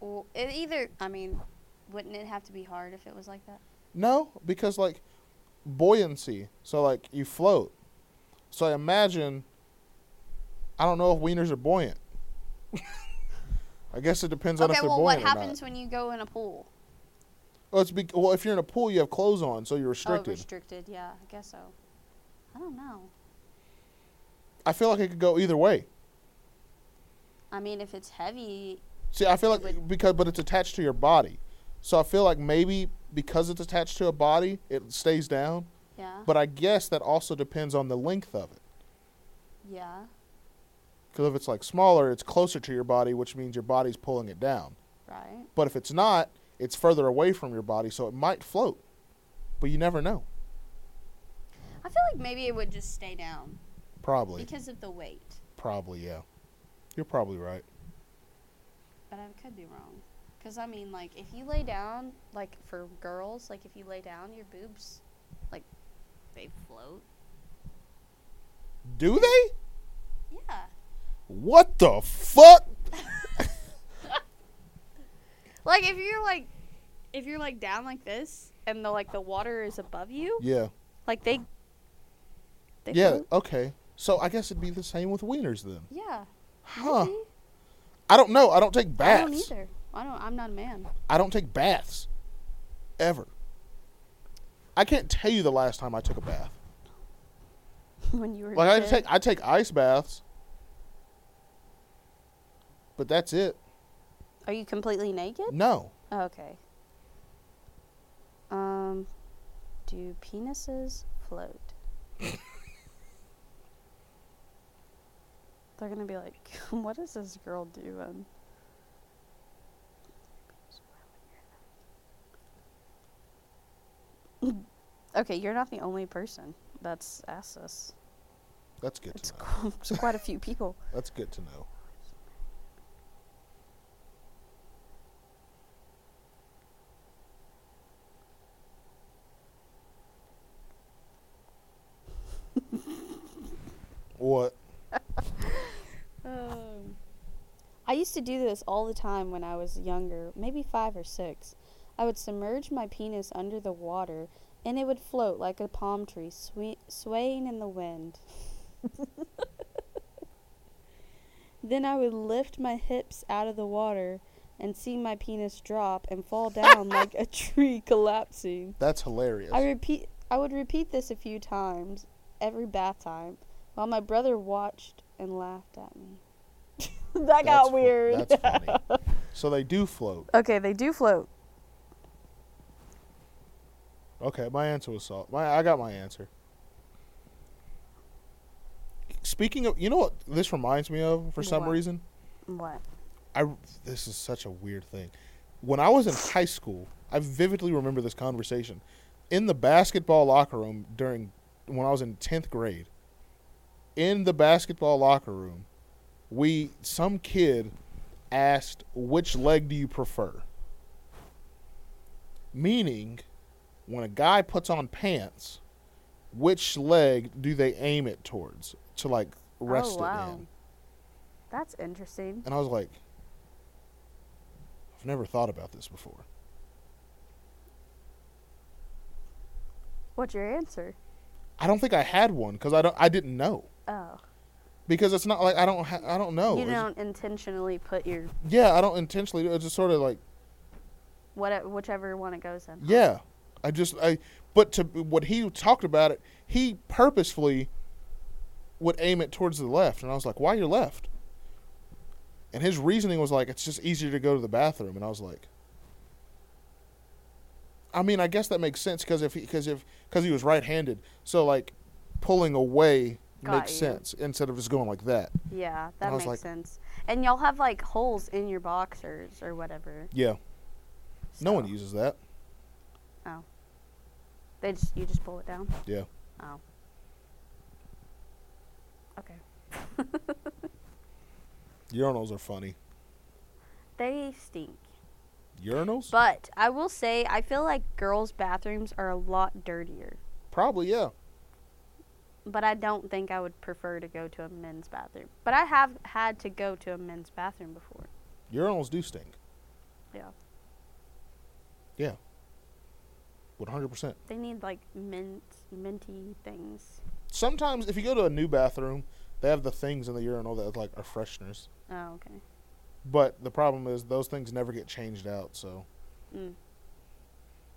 S2: Well, it either, I mean, wouldn't it have to be hard if it was like that?
S1: no, because like buoyancy. So like you float. So I imagine I don't know if wieners are buoyant. [laughs] I guess it depends on
S2: okay,
S1: if they're
S2: well, what
S1: buoyant or
S2: happens
S1: not.
S2: when you go in a pool? Oh,
S1: Well, it's be- well, if you're in a pool, you have clothes on, so you're
S2: Oh,
S1: restricted.
S2: restricted, yeah, I guess so. I don't know.
S1: I feel like it could go either way.
S2: I mean, if it's heavy,
S1: See, I feel
S2: It
S1: like because but it's attached to your body, so I feel like maybe because it's attached to a body, it stays down.
S2: yeah.
S1: But I guess that also depends on the length of it.
S2: yeah.
S1: Because if it's like smaller, it's closer to your body, which means your body's pulling it down.
S2: Right.
S1: But if it's not, it's further away from your body, so it might float. But you never know.
S2: I feel like maybe it would just stay down
S1: Probably,
S2: because of the weight,
S1: probably, yeah. You're probably right.
S2: but I could be wrong. Because I mean, like if you lay down, like for girls, like if you lay down, your boobs, like they float.
S1: Do they?
S2: Yeah.
S1: What the fuck?
S2: Like if you're like, if you're like down like this, and the like the water is above you,
S1: Yeah.
S2: like they. they
S1: yeah.
S2: float.
S1: Okay. So I guess it'd be the same with wieners then.
S2: Yeah.
S1: Huh.
S2: maybe.
S1: I don't know. I don't take
S2: I
S1: baths.
S2: don't either. I don't. I'm not a man.
S1: I don't take baths. Ever. I can't tell you the last time I took a bath.
S2: [laughs] when you were
S1: Like I
S2: a
S1: take
S2: kid.
S1: I take ice baths. But that's it.
S2: Are you completely naked?
S1: No.
S2: Oh, okay. Um, do penises float?
S6: They're gonna be like,
S2: [laughs]
S6: what is this girl doing?
S2: Okay, you're not the only person that's asked this.
S1: That's good
S6: It's,
S1: to know.
S6: qu- it's quite a few people.
S1: That's good to know. what?
S2: Um, I used to do this all the time when I was younger, maybe five or six. I would submerge my penis under the water, and it would float like a palm tree, swe- swaying in the wind. then I would lift my hips out of the water and see my penis drop and fall down like a tree collapsing.
S1: That's hilarious.
S2: I repeat. I would repeat this a few times every bath time, while my brother watched and laughed at me. [laughs] that
S1: That's
S2: got
S1: fu-
S2: weird. [laughs]
S1: That's funny. So they do float.
S2: Okay, they do float.
S1: Okay, my answer was salt. My I got my answer. Speaking of, you know what this reminds me of for some
S2: What?
S1: reason?
S2: What?
S1: I this is such a weird thing. When I was in high school, I vividly remember this conversation in the basketball locker room during when I was in 10th grade. In the basketball locker room, we some kid asked, "Which leg do you prefer?" Meaning, when a guy puts on pants, which leg do they aim it towards to like rest
S2: wow.
S1: it in?
S2: That's interesting.
S1: And I was like, I've never thought about this before.
S2: What's your answer?
S1: I don't think I had one because I don't. I didn't know
S2: Oh.
S1: because it's not like I don't. Ha- I don't know.
S2: you
S1: It's-
S2: don't intentionally put your
S1: yeah, I don't intentionally. do it. It's just sort of like
S2: what whichever one it goes in.
S1: yeah. I just I. But to what he talked about it, he purposefully would aim it towards the left, and I was like, why your left? And his reasoning was like, it's just easier to go to the bathroom, and I was like. I mean, I guess that makes sense because if because if because he was right-handed, so like pulling away
S2: Got
S1: makes
S2: you.
S1: sense instead of just going like that.
S2: Yeah,
S1: Mm-hmm. I
S2: that
S1: was
S2: makes
S1: like-
S2: sense. And y'all have like holes in your boxers or whatever.
S1: Yeah, no one
S2: so
S1: uses that.
S2: They just you just pull it down.
S1: Yeah.
S2: Oh. Okay. [laughs]
S1: Urinals are funny.
S2: They stink.
S1: Urinals?
S2: But I will say I feel like girls' bathrooms are a lot dirtier.
S1: Probably, yeah.
S2: But I don't think I would prefer to go to a men's bathroom. But I have had to go to a men's bathroom before.
S1: Urinals do stink.
S2: Yeah.
S1: Yeah. 100%.
S2: They need like mint minty things.
S1: Sometimes, if you go to a new bathroom, they have the things in the urinal that like are fresheners.
S2: Oh, okay.
S1: But the problem is those things never get changed out. So,
S2: Mm.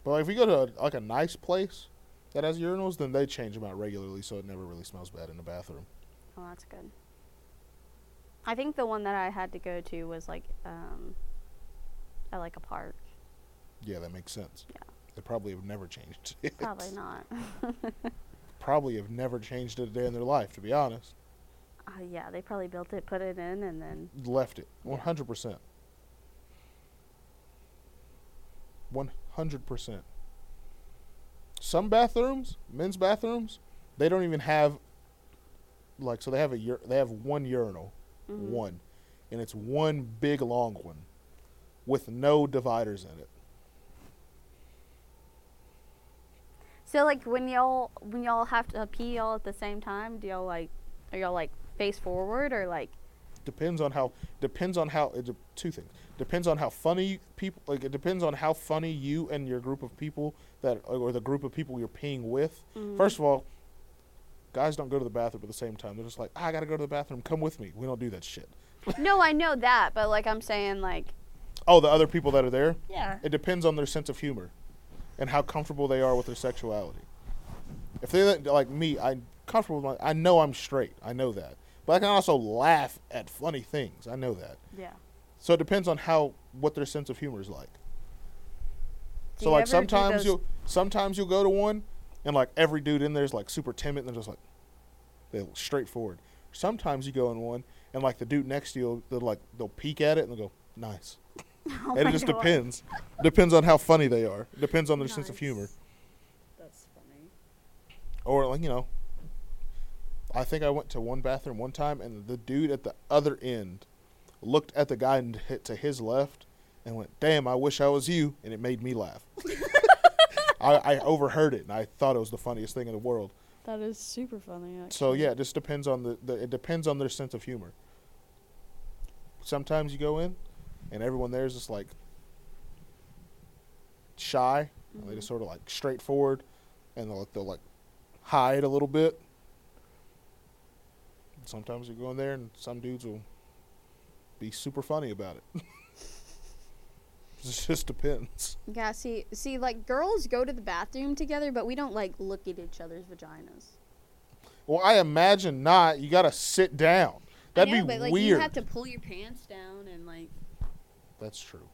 S1: but like, if you go to like a nice place that has urinals, then they change them out regularly, so it never really smells bad in the bathroom.
S2: Oh, that's good. I think the one that I had to go to was like um at like a park.
S1: Yeah, that makes sense.
S2: Yeah.
S1: They probably have never changed [laughs] it.
S2: Probably not. [laughs]
S1: Probably have never changed it a day in their life, to be honest.
S2: Uh, yeah, they probably built it, put it in, and then
S1: Left it.
S2: Yeah.
S1: 100%. 100%. Some bathrooms, men's bathrooms, they don't even have like so they have a ur- they have one urinal,
S2: Mhm.
S1: one. And it's one big long one with no dividers in it.
S2: So like when y'all when y'all have to pee all at the same time, do y'all like are y'all like face forward or
S1: [laughs]
S2: like
S1: Depends on how depends on how it, de- two things. Depends on how funny people like it depends on how funny you and your group of people that or the group of people you're peeing with First of all, guys don't go to the bathroom at the same time. They're just like, "Ah, I gotta go to the bathroom. Come with me. We don't do that shit.
S2: No, I know that, but like I'm saying like
S1: Oh, the other people that are there.
S2: Yeah.
S1: It depends on their sense of humor, and how comfortable they are with their sexuality. If they're like me, I'm comfortable. With my, I know I'm straight. I know that, but I can also laugh at funny things. I know that.
S2: Yeah.
S1: So it depends on how what their sense of humor is like. so
S2: Do you
S1: like
S2: ever do
S1: sometimes
S2: those-
S1: you'll sometimes you'll go to one and like every dude in there is like super timid and they're just like they look straightforward. Sometimes you go in one and like the dude next to you they'll like they'll peek at it and they'll go, Nice.
S2: [laughs] Oh
S1: and
S2: my
S1: it just
S2: God.
S1: depends. depends on how funny they are. Depends on their sense of
S2: Nice.
S1: humor.
S2: That's funny.
S1: Or like, you know I think I went to one bathroom one time and the dude at the other end looked at the guy n- hit to his left and went, Damn, I wish I was you and it made me laugh. I, I overheard it and I thought it was the funniest thing in the world.
S3: That is super funny. Actually.
S1: So yeah, it just depends on the, the it depends on their sense of humor. Sometimes you go in, and everyone there is just like shy. and
S11: Mm-hmm.
S1: They just sort of like straightforward, and they'll they'll like hide a little bit. Sometimes you go in there, and some dudes will be super funny about it. [laughs] it just depends.
S11: Yeah, see, see, like girls go to the bathroom together, but we don't like look at each other's vaginas.
S1: Well, I imagine not. You gotta sit down. That'd
S11: I know,
S1: be
S11: but, like,
S1: weird.
S11: You have to pull your pants down and like.
S1: That's true.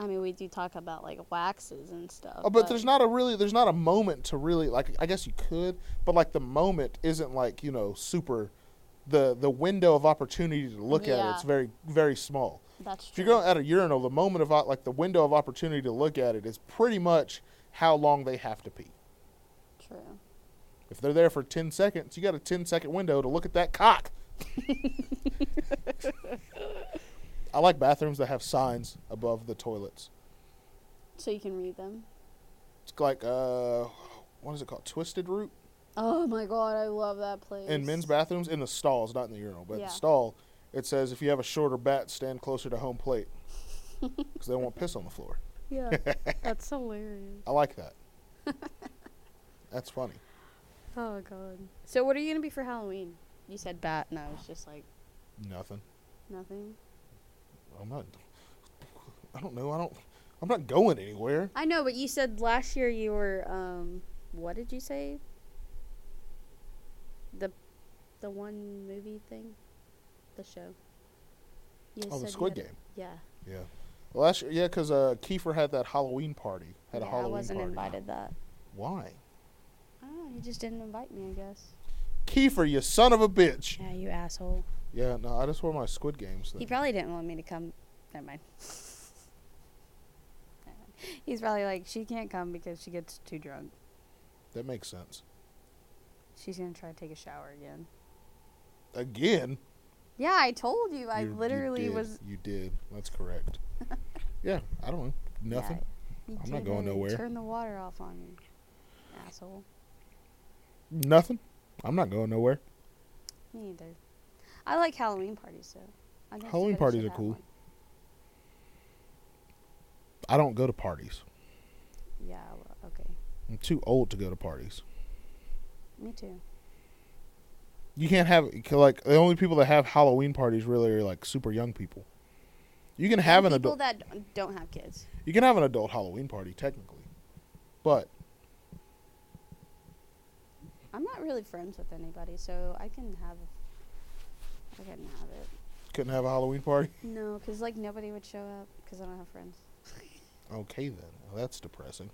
S2: I mean, we do talk about like waxes and stuff.
S1: Oh, but there's not a really there's not a moment to really like I guess you could, but like the moment isn't like, you know, super the the window of opportunity to look at
S2: Yeah.
S1: it it's very very small.
S2: that's
S1: If
S2: true.
S1: you're going at a urinal, the moment of op- like the window of opportunity to look at it is pretty much how long they have to pee.
S2: True.
S1: If they're there for 10 seconds, you got a 10 second window to look at that cock. I like bathrooms that have signs above the toilets.
S2: So you can read them.
S1: It's like uh what is it called? Twisted root
S2: Oh my god, I love that place.
S1: in men's bathrooms in the stalls, not in the urinal, but in
S2: Yeah.
S1: the stall. It says if you have a shorter bat, stand closer to home
S2: [laughs]
S1: plate because they won't piss on the floor.
S2: Yeah, that's hilarious.
S1: I like
S2: [laughs]
S1: that. That's funny.
S2: Oh god. So what are you gonna be for Halloween? You said bat, and I was just like
S1: Nothing.
S2: nothing.
S1: I'm not. I don't know. I don't. I'm not going anywhere.
S2: I know, but you said last year you were um what did you say? The the one movie thing? The show. You
S1: Oh,
S2: said
S1: the
S2: you
S1: Squid
S2: had a-
S1: Game.
S2: Yeah.
S1: Yeah. Well, last year, yeah, because uh, Kiefer had that Halloween party. Had
S2: Yeah,
S1: a Halloween
S2: I wasn't
S1: party.
S2: invited that.
S1: Why?
S2: I don't know, Oh, he just didn't invite me, I guess.
S1: Kiefer, you son of a bitch.
S2: Yeah, you asshole.
S1: Yeah. No, I just wore my Squid Games.
S2: He
S1: Thing.
S2: probably didn't want me to come. Never mind. [laughs] Never mind. He's probably like, she can't come because she gets too drunk.
S1: That makes sense.
S2: She's gonna try to take a shower again.
S1: Again.
S2: Yeah, I told you. I
S1: You- you
S2: literally
S1: did.
S2: was.
S1: You did. That's
S2: [laughs]
S1: correct. yeah, I don't know.
S2: Yeah,
S1: Nothing.
S2: you
S1: I'm not
S2: came
S1: going
S2: in and
S1: nowhere.
S2: Turn the water off on me, asshole.
S1: Nothing. I'm not going nowhere.
S2: Me either. I like Halloween parties though. I think it's a
S1: Halloween
S2: better
S1: parties
S2: shit
S1: are
S2: that
S1: cool.
S2: one.
S1: I don't go to parties.
S2: Yeah. Well, okay.
S1: I'm too old to go to parties.
S2: Me too.
S1: You can't have 'cause, like the only people that have Halloween parties really are like super young people. You can have
S2: And
S1: an
S2: people
S1: adult.
S2: that d- don't have kids.
S1: You can have an adult Halloween party technically, but
S2: I'm not really friends with anybody, so I can have. I can have it.
S1: couldn't have a Halloween party.
S2: No, because like nobody would show up because I don't have friends. [laughs]
S1: Okay then, well, that's depressing.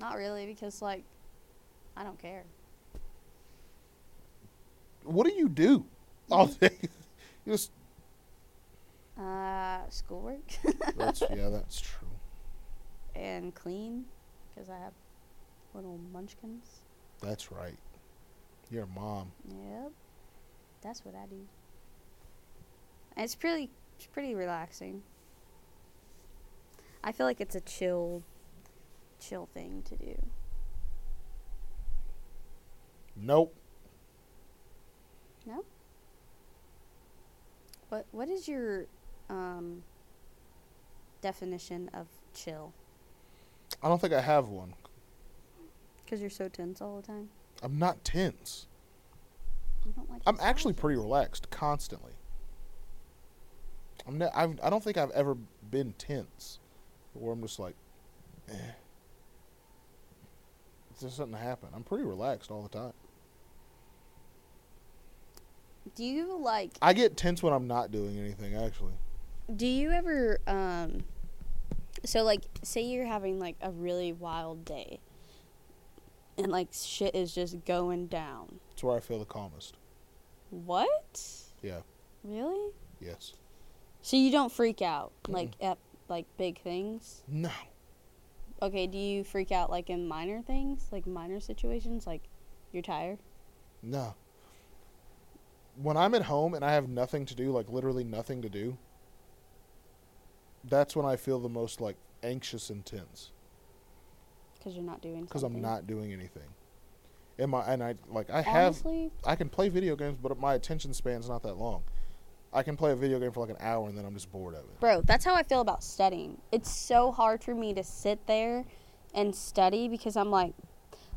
S2: Not really, because like I don't care.
S1: What do you do
S2: [laughs]
S1: all day? [laughs] You just
S2: Uh, schoolwork [laughs]
S1: that's, yeah, that's true.
S2: and clean because I have little munchkins.
S1: That's right. You're a mom.
S2: Yep, that's what I do. And It's pretty, it's pretty relaxing. I feel like it's a chill, chill thing to do.
S1: Nope.
S2: What What is your um, definition of chill?
S1: I don't think I have one.
S2: Because you're so tense all the time.
S1: I'm not tense.
S2: You don't like.
S1: I'm
S2: yourself.
S1: actually pretty relaxed constantly. I'm ne- I've, I don't think I've ever been tense, where I'm just like, eh. It's just something happen. I'm pretty relaxed all the time.
S2: Do you like?
S1: I get tense when I'm not doing anything. Actually,
S2: Do you ever um so like say you're having like a really wild day and like shit is just going down.
S1: it's where I feel the calmest.
S2: What?
S1: Yeah.
S2: Really?
S1: Yes.
S2: So you don't freak out like at like big things?
S1: No.
S2: Okay, do you freak out like in minor things? Like minor situations like you're tired?
S1: No. When I'm at home and I have nothing to do, like literally nothing to do, that's when I feel the most like anxious and tense.
S2: Cuz you're not doing something.
S1: because I'm not doing anything. And my and I like I have
S2: Honestly,
S1: I can play video games, but my attention span's not that long. I can play a video game for like an hour and then I'm just bored of it.
S2: Bro, that's how I feel about studying. It's so hard for me to sit there and study because I'm like,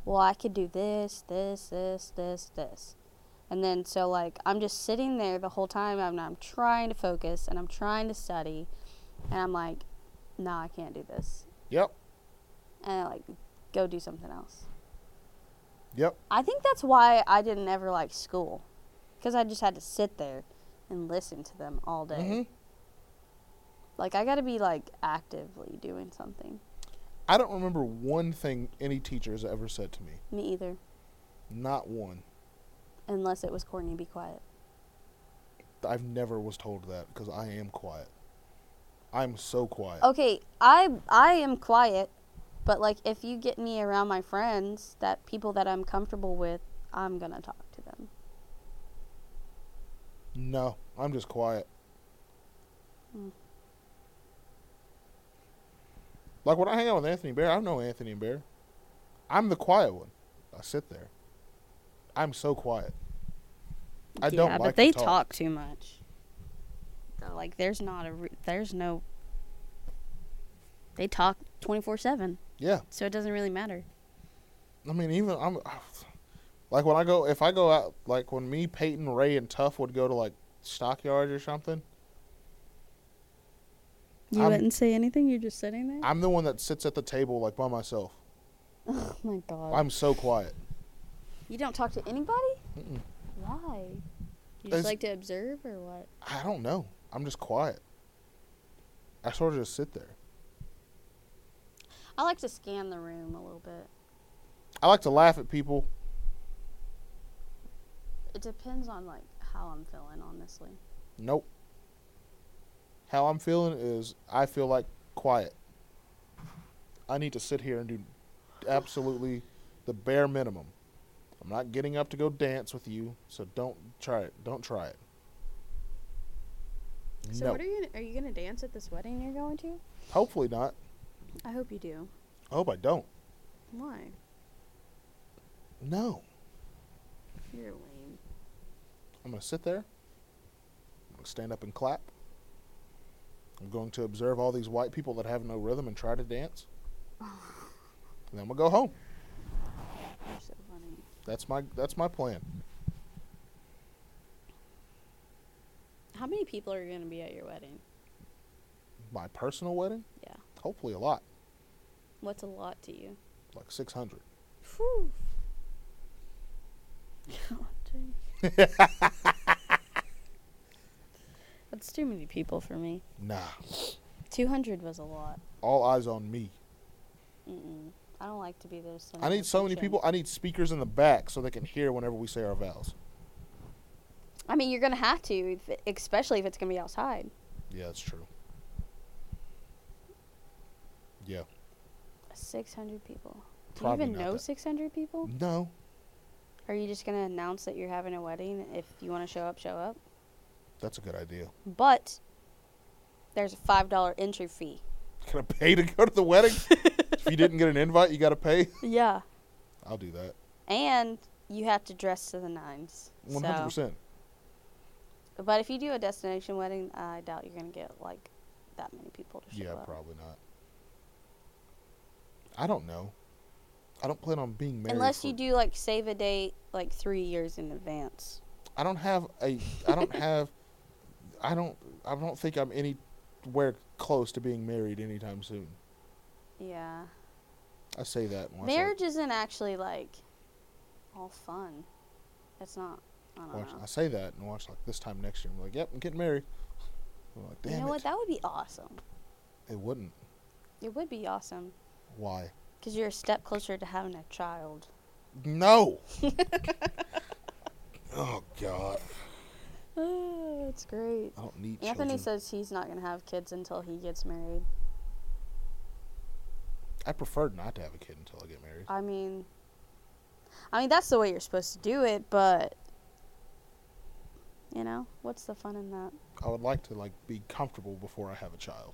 S2: well, I could do this, this, this, this, this. And then so like I'm just sitting there the whole time and I'm trying to focus and I'm trying to study and I'm like, nah, I can't do this.
S1: Yep,
S2: And I like go do something else.
S1: yep.
S2: I think that's why I didn't ever like
S1: Mm-hmm.
S2: school cuz I just had to sit there and listen to them all day.
S1: hmm
S2: Like I got to be like actively doing something.
S1: I don't remember one thing any teacher has ever said to me.
S2: Me either.
S1: Not one.
S2: Unless it was Courtney, be quiet.
S1: I've never was told that because I am quiet. I'm so quiet.
S2: Okay, I I am quiet, but like if you get me around my friends, that people that I'm comfortable with, I'm gonna talk to them.
S1: No, I'm just quiet.
S2: Mm.
S1: Like when I hang out with Anthony Bear, I know Anthony Bear. I'm the quiet one. I sit there. I'm so quiet. I
S2: yeah,
S1: don't
S2: but
S1: like to
S2: they
S1: talk.
S2: too much. They're like there's not a re- there's no. They talk twenty four seven,
S1: Yeah,
S2: so it doesn't really matter.
S1: I mean, even I'm [sighs] like when I go, if I go out, like when me, Peyton, Ray, and Tuff would go to like Stockyards or something,
S2: You
S1: I'm-
S2: wouldn't say anything. You're just sitting there.
S1: I'm the one that sits at the table like by myself.
S2: [laughs] oh my god.
S1: I'm so quiet.
S2: you don't talk to anybody.
S1: Mm-mm.
S2: Why? You
S1: It's-
S2: just like to observe or what?
S1: I don't know. I'm just quiet. I sort of just sit there.
S2: I like to scan the room a little bit.
S1: I like to laugh at people.
S2: It depends on like how I'm feeling, honestly.
S1: Nope. How I'm feeling is I feel like quiet. I need to sit here and do absolutely the bare minimum. I'm not getting up to go dance with you, so don't try it. Don't try it.
S2: So
S1: no.
S2: what are you are you gonna dance at this wedding you're going to?
S1: Hopefully not.
S2: I hope you do.
S1: I hope I don't.
S2: Why?
S1: No.
S2: You're lame.
S1: I'm going to sit there. I'm going to stand up and clap. I'm going to observe all these white people that have no rhythm and try to dance. And then I'm going to go home.
S2: You're so funny.
S1: That's my that's my plan.
S2: How many people are gonna be at your wedding?
S1: My personal wedding?
S2: Yeah.
S1: Hopefully a lot,
S2: What's a lot to you?
S1: like 600.
S2: Phew. God, dang. [laughs] That's too many people for me.
S1: Nah.
S2: 200 was a lot.
S1: All eyes on me.
S2: Mm-mm. I don't like to be there. So
S1: I need so many
S2: attention.
S1: people. I need speakers in the back so they can hear whenever we say our vows.
S2: I mean, you're gonna have to, if, especially if it's gonna be outside.
S1: Yeah, that's true. Yeah.
S2: 600 people. Do you
S1: Probably
S2: even
S1: not
S2: know
S1: that-
S2: 600 people?
S1: No.
S2: Are you just gonna announce that you're having a wedding? If you want to show up, show up.
S1: That's a good idea.
S2: But there's a five dollar entry fee.
S1: Can I pay to go to the wedding? if you didn't get an invite, you got to pay.
S2: Yeah.
S1: I'll do that.
S2: And you have to dress to the nines.
S1: 100%.
S2: So, but if you do a destination wedding, I doubt you're gonna get like that many people to show
S1: yeah,
S2: up.
S1: probably not. I don't know. I don't plan on being married.
S2: Unless you
S1: for-
S2: do like save a date like three years in advance.
S1: I don't have a. I don't have. [laughs] I don't. I don't think I'm anywhere close to being married anytime soon.
S2: Yeah.
S1: I say that. Once
S2: Marriage isn't actually like all fun. It's not. I
S1: I,
S2: don't
S1: watch,
S2: know.
S1: I say that and watch like this time next year. I'm like, yep, I'm getting married. I'm like, damn
S2: you know
S1: it,
S2: what? That would be awesome.
S1: it wouldn't.
S2: It would be awesome
S1: Why?
S2: because you're a step closer to having a child. [laughs]
S1: No. oh God,
S2: Oh, [sighs] that's great.
S1: I don't need
S2: Anthony
S1: children.
S2: says he's not gonna have kids until he gets married.
S1: I prefer not to have a kid until I get married.
S2: I mean, I mean that's the way you're supposed to do it, but you know what's the fun in that?
S1: I would like to like be comfortable before I have a child,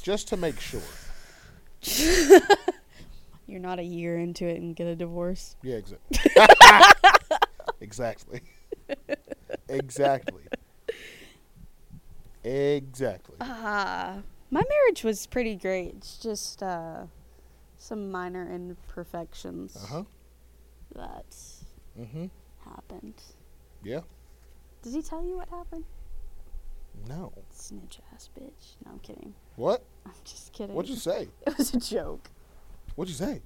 S1: just to make sure.
S2: You're not a year into it and get a divorce.
S1: Yeah, exactly. [laughs] exactly. exactly. Exactly.
S2: Ah, my marriage was pretty great. It's just uh, some minor imperfections
S1: Uh huh.
S2: that
S1: Mm-hmm.
S2: happened.
S1: Yeah.
S2: Did he tell you what happened?
S1: No.
S2: Snitch ass bitch. No, I'm kidding. [laughs]
S1: What?
S2: I'm just kidding.
S1: What'd you say?
S2: [laughs] It was a joke. [laughs]
S1: What'd you say?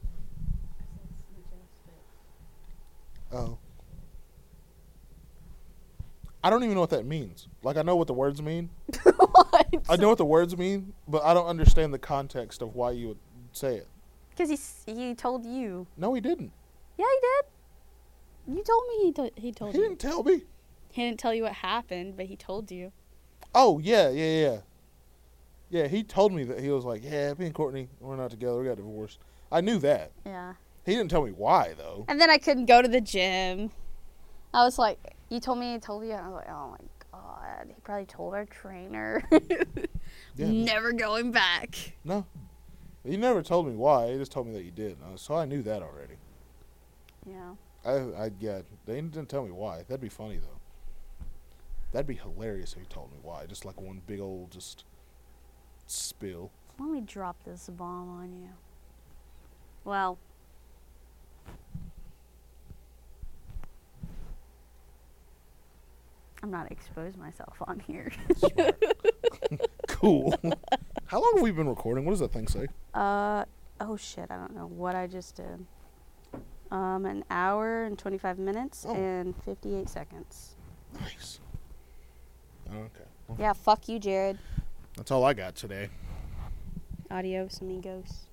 S1: Oh. I don't even know what that means. Like I know what the words mean. I
S2: what?
S1: know what the words mean, but I don't understand the context of why you would say it.
S2: Because he s- he told you.
S1: No, he didn't.
S2: Yeah, he
S3: You told me he, to- he told
S1: He
S3: you.
S1: didn't tell me.
S3: He didn't tell you what happened, but he told you.
S1: Oh yeah, yeah, yeah. Yeah, he told me that he was like, yeah, me and Courtney, we're not together. We got divorced. I knew that.
S6: Yeah.
S1: He didn't tell me why though.
S3: And then I couldn't go to the gym.
S2: I was like, you told me, you told you. And I was like, oh my god, he probably told our trainer. [laughs]
S1: Yeah.
S3: Never going back.
S1: No. He never told me why. He just told me that you did. and I- So I knew that already.
S2: yeah.
S1: I, I yeah, they didn't tell me why. That'd be funny though. That'd be hilarious if he told me why. Just like one big old just spill.
S2: Why don't we drop this bomb on you? Well, I'm not expose myself on here.
S1: Smart. [laughs] cool. How long have we been recording? What does that thing say?
S6: [laughs] Uh oh shit, I don't know what I just did. Um an hour and 25 minutes
S1: Oh.
S6: and 58 seconds.
S1: Nice. Okay.
S2: yeah, fuck you, Jared.
S1: That's all I got today.
S6: Adios amigos.